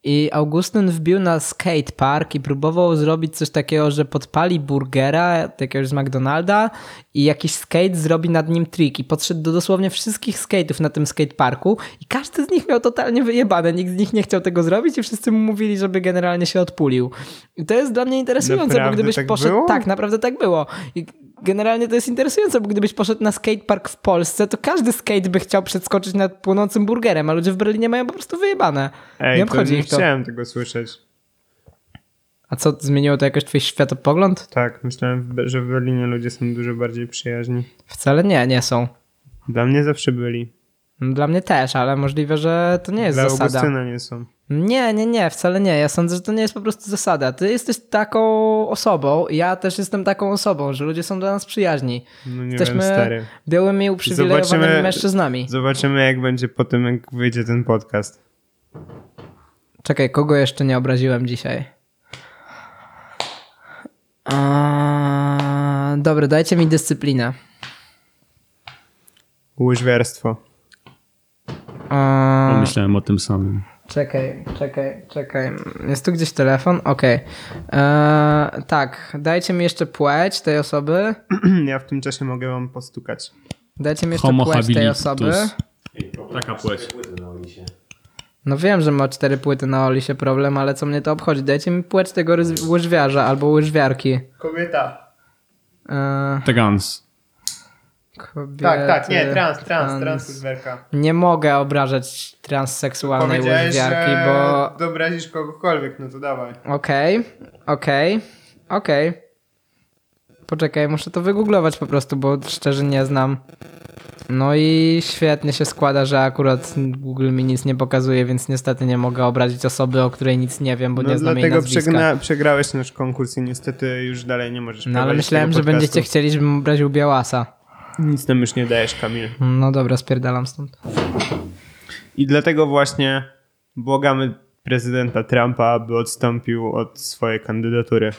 Speaker 1: I Augustyn wbił na skate park i próbował zrobić coś takiego, że podpali burgera jakiegoś z McDonalda i jakiś skate zrobi nad nim trik. I podszedł do dosłownie wszystkich skate'ów na tym skateparku i każdy z nich miał totalnie wyjebane. Nikt z nich nie chciał tego zrobić i wszyscy mu mówili, żeby generalnie się odpulił. I to jest dla mnie interesujące, bo
Speaker 2: Naprawdę
Speaker 1: gdybyś
Speaker 2: tak
Speaker 1: poszedł...
Speaker 2: było?
Speaker 1: Tak, naprawdę tak było. I generalnie to jest interesujące, bo gdybyś poszedł na skatepark w Polsce, to każdy skate by chciał przeskoczyć nad płonącym burgerem, a ludzie w Berlinie mają po prostu wyjebane.
Speaker 2: Ej,
Speaker 1: nie
Speaker 2: to
Speaker 1: obchodzi
Speaker 2: nie
Speaker 1: ich to.
Speaker 2: chciałem tego słyszeć.
Speaker 1: A co, zmieniło to jakoś twój światopogląd?
Speaker 2: Tak, myślałem, w Be- że w Berlinie ludzie są dużo bardziej przyjaźni.
Speaker 1: Wcale nie, nie są.
Speaker 2: Dla mnie zawsze byli.
Speaker 1: No, Dla mnie też, ale możliwe, że to nie jest
Speaker 2: Dla
Speaker 1: zasada.
Speaker 2: Augustyna nie są.
Speaker 1: Nie, nie, nie, wcale nie. Ja sądzę, że to nie jest po prostu zasada. Ty jesteś taką osobą, ja też jestem taką osobą, że ludzie są dla nas przyjaźni.
Speaker 2: No nie
Speaker 1: Jesteśmy
Speaker 2: wiem, stary.
Speaker 1: białymi, uprzywilejowanymi
Speaker 2: Zobaczymy-
Speaker 1: mężczyznami.
Speaker 2: Zobaczymy, jak będzie po tym, jak wyjdzie ten podcast.
Speaker 1: Czekaj, kogo jeszcze nie obraziłem dzisiaj? Eee, dobra, dajcie mi dyscyplinę.
Speaker 2: Łyżwiarstwo.
Speaker 1: Eee,
Speaker 5: Pomyślałem o tym samym.
Speaker 1: czekaj, czekaj, czekaj. Jest tu gdzieś telefon? Okej. Eee, tak, dajcie mi jeszcze płeć tej osoby.
Speaker 2: ja w tym czasie mogę wam postukać.
Speaker 1: Dajcie mi jeszcze
Speaker 5: Homo
Speaker 1: płeć tej
Speaker 5: habilitus.
Speaker 1: osoby.
Speaker 5: Taka płeć.
Speaker 1: No wiem, że ma cztery płyty na Oli się problem, ale co mnie to obchodzi? Dajcie mi płeć tego ryz- łyżwiarza albo łyżwiarki.
Speaker 2: Kobieta.
Speaker 1: Eee,
Speaker 5: Trans.
Speaker 1: kobiety,
Speaker 2: Tak, tak, nie, trans, trans, trans łyżwiarka.
Speaker 1: Nie mogę obrażać transseksualnej
Speaker 2: Powiedziałeś,
Speaker 1: łyżwiarki,
Speaker 2: że
Speaker 1: bo.
Speaker 2: dobrazisz kogokolwiek, no to dawaj.
Speaker 1: Okej, okej, okej. Poczekaj, muszę to wygooglować po prostu, bo szczerze nie znam. No i świetnie się składa, że akurat Google mi nic nie pokazuje, więc niestety nie mogę obrazić osoby, o której nic nie wiem, bo
Speaker 2: No
Speaker 1: nie znam jej
Speaker 2: dlatego
Speaker 1: nazwiska.
Speaker 2: przegna- przegrałeś nasz konkurs i niestety już dalej nie możesz
Speaker 1: No ale
Speaker 2: prowadzić
Speaker 1: myślałem,
Speaker 2: tego
Speaker 1: że
Speaker 2: podcastu.
Speaker 1: będziecie chcieli, żebym obraził Białasa.
Speaker 2: Nic nam już nie dajesz, Kamil.
Speaker 1: No dobra, spierdalam stąd.
Speaker 2: I dlatego właśnie błagamy prezydenta Trumpa, by odstąpił od swojej kandydatury.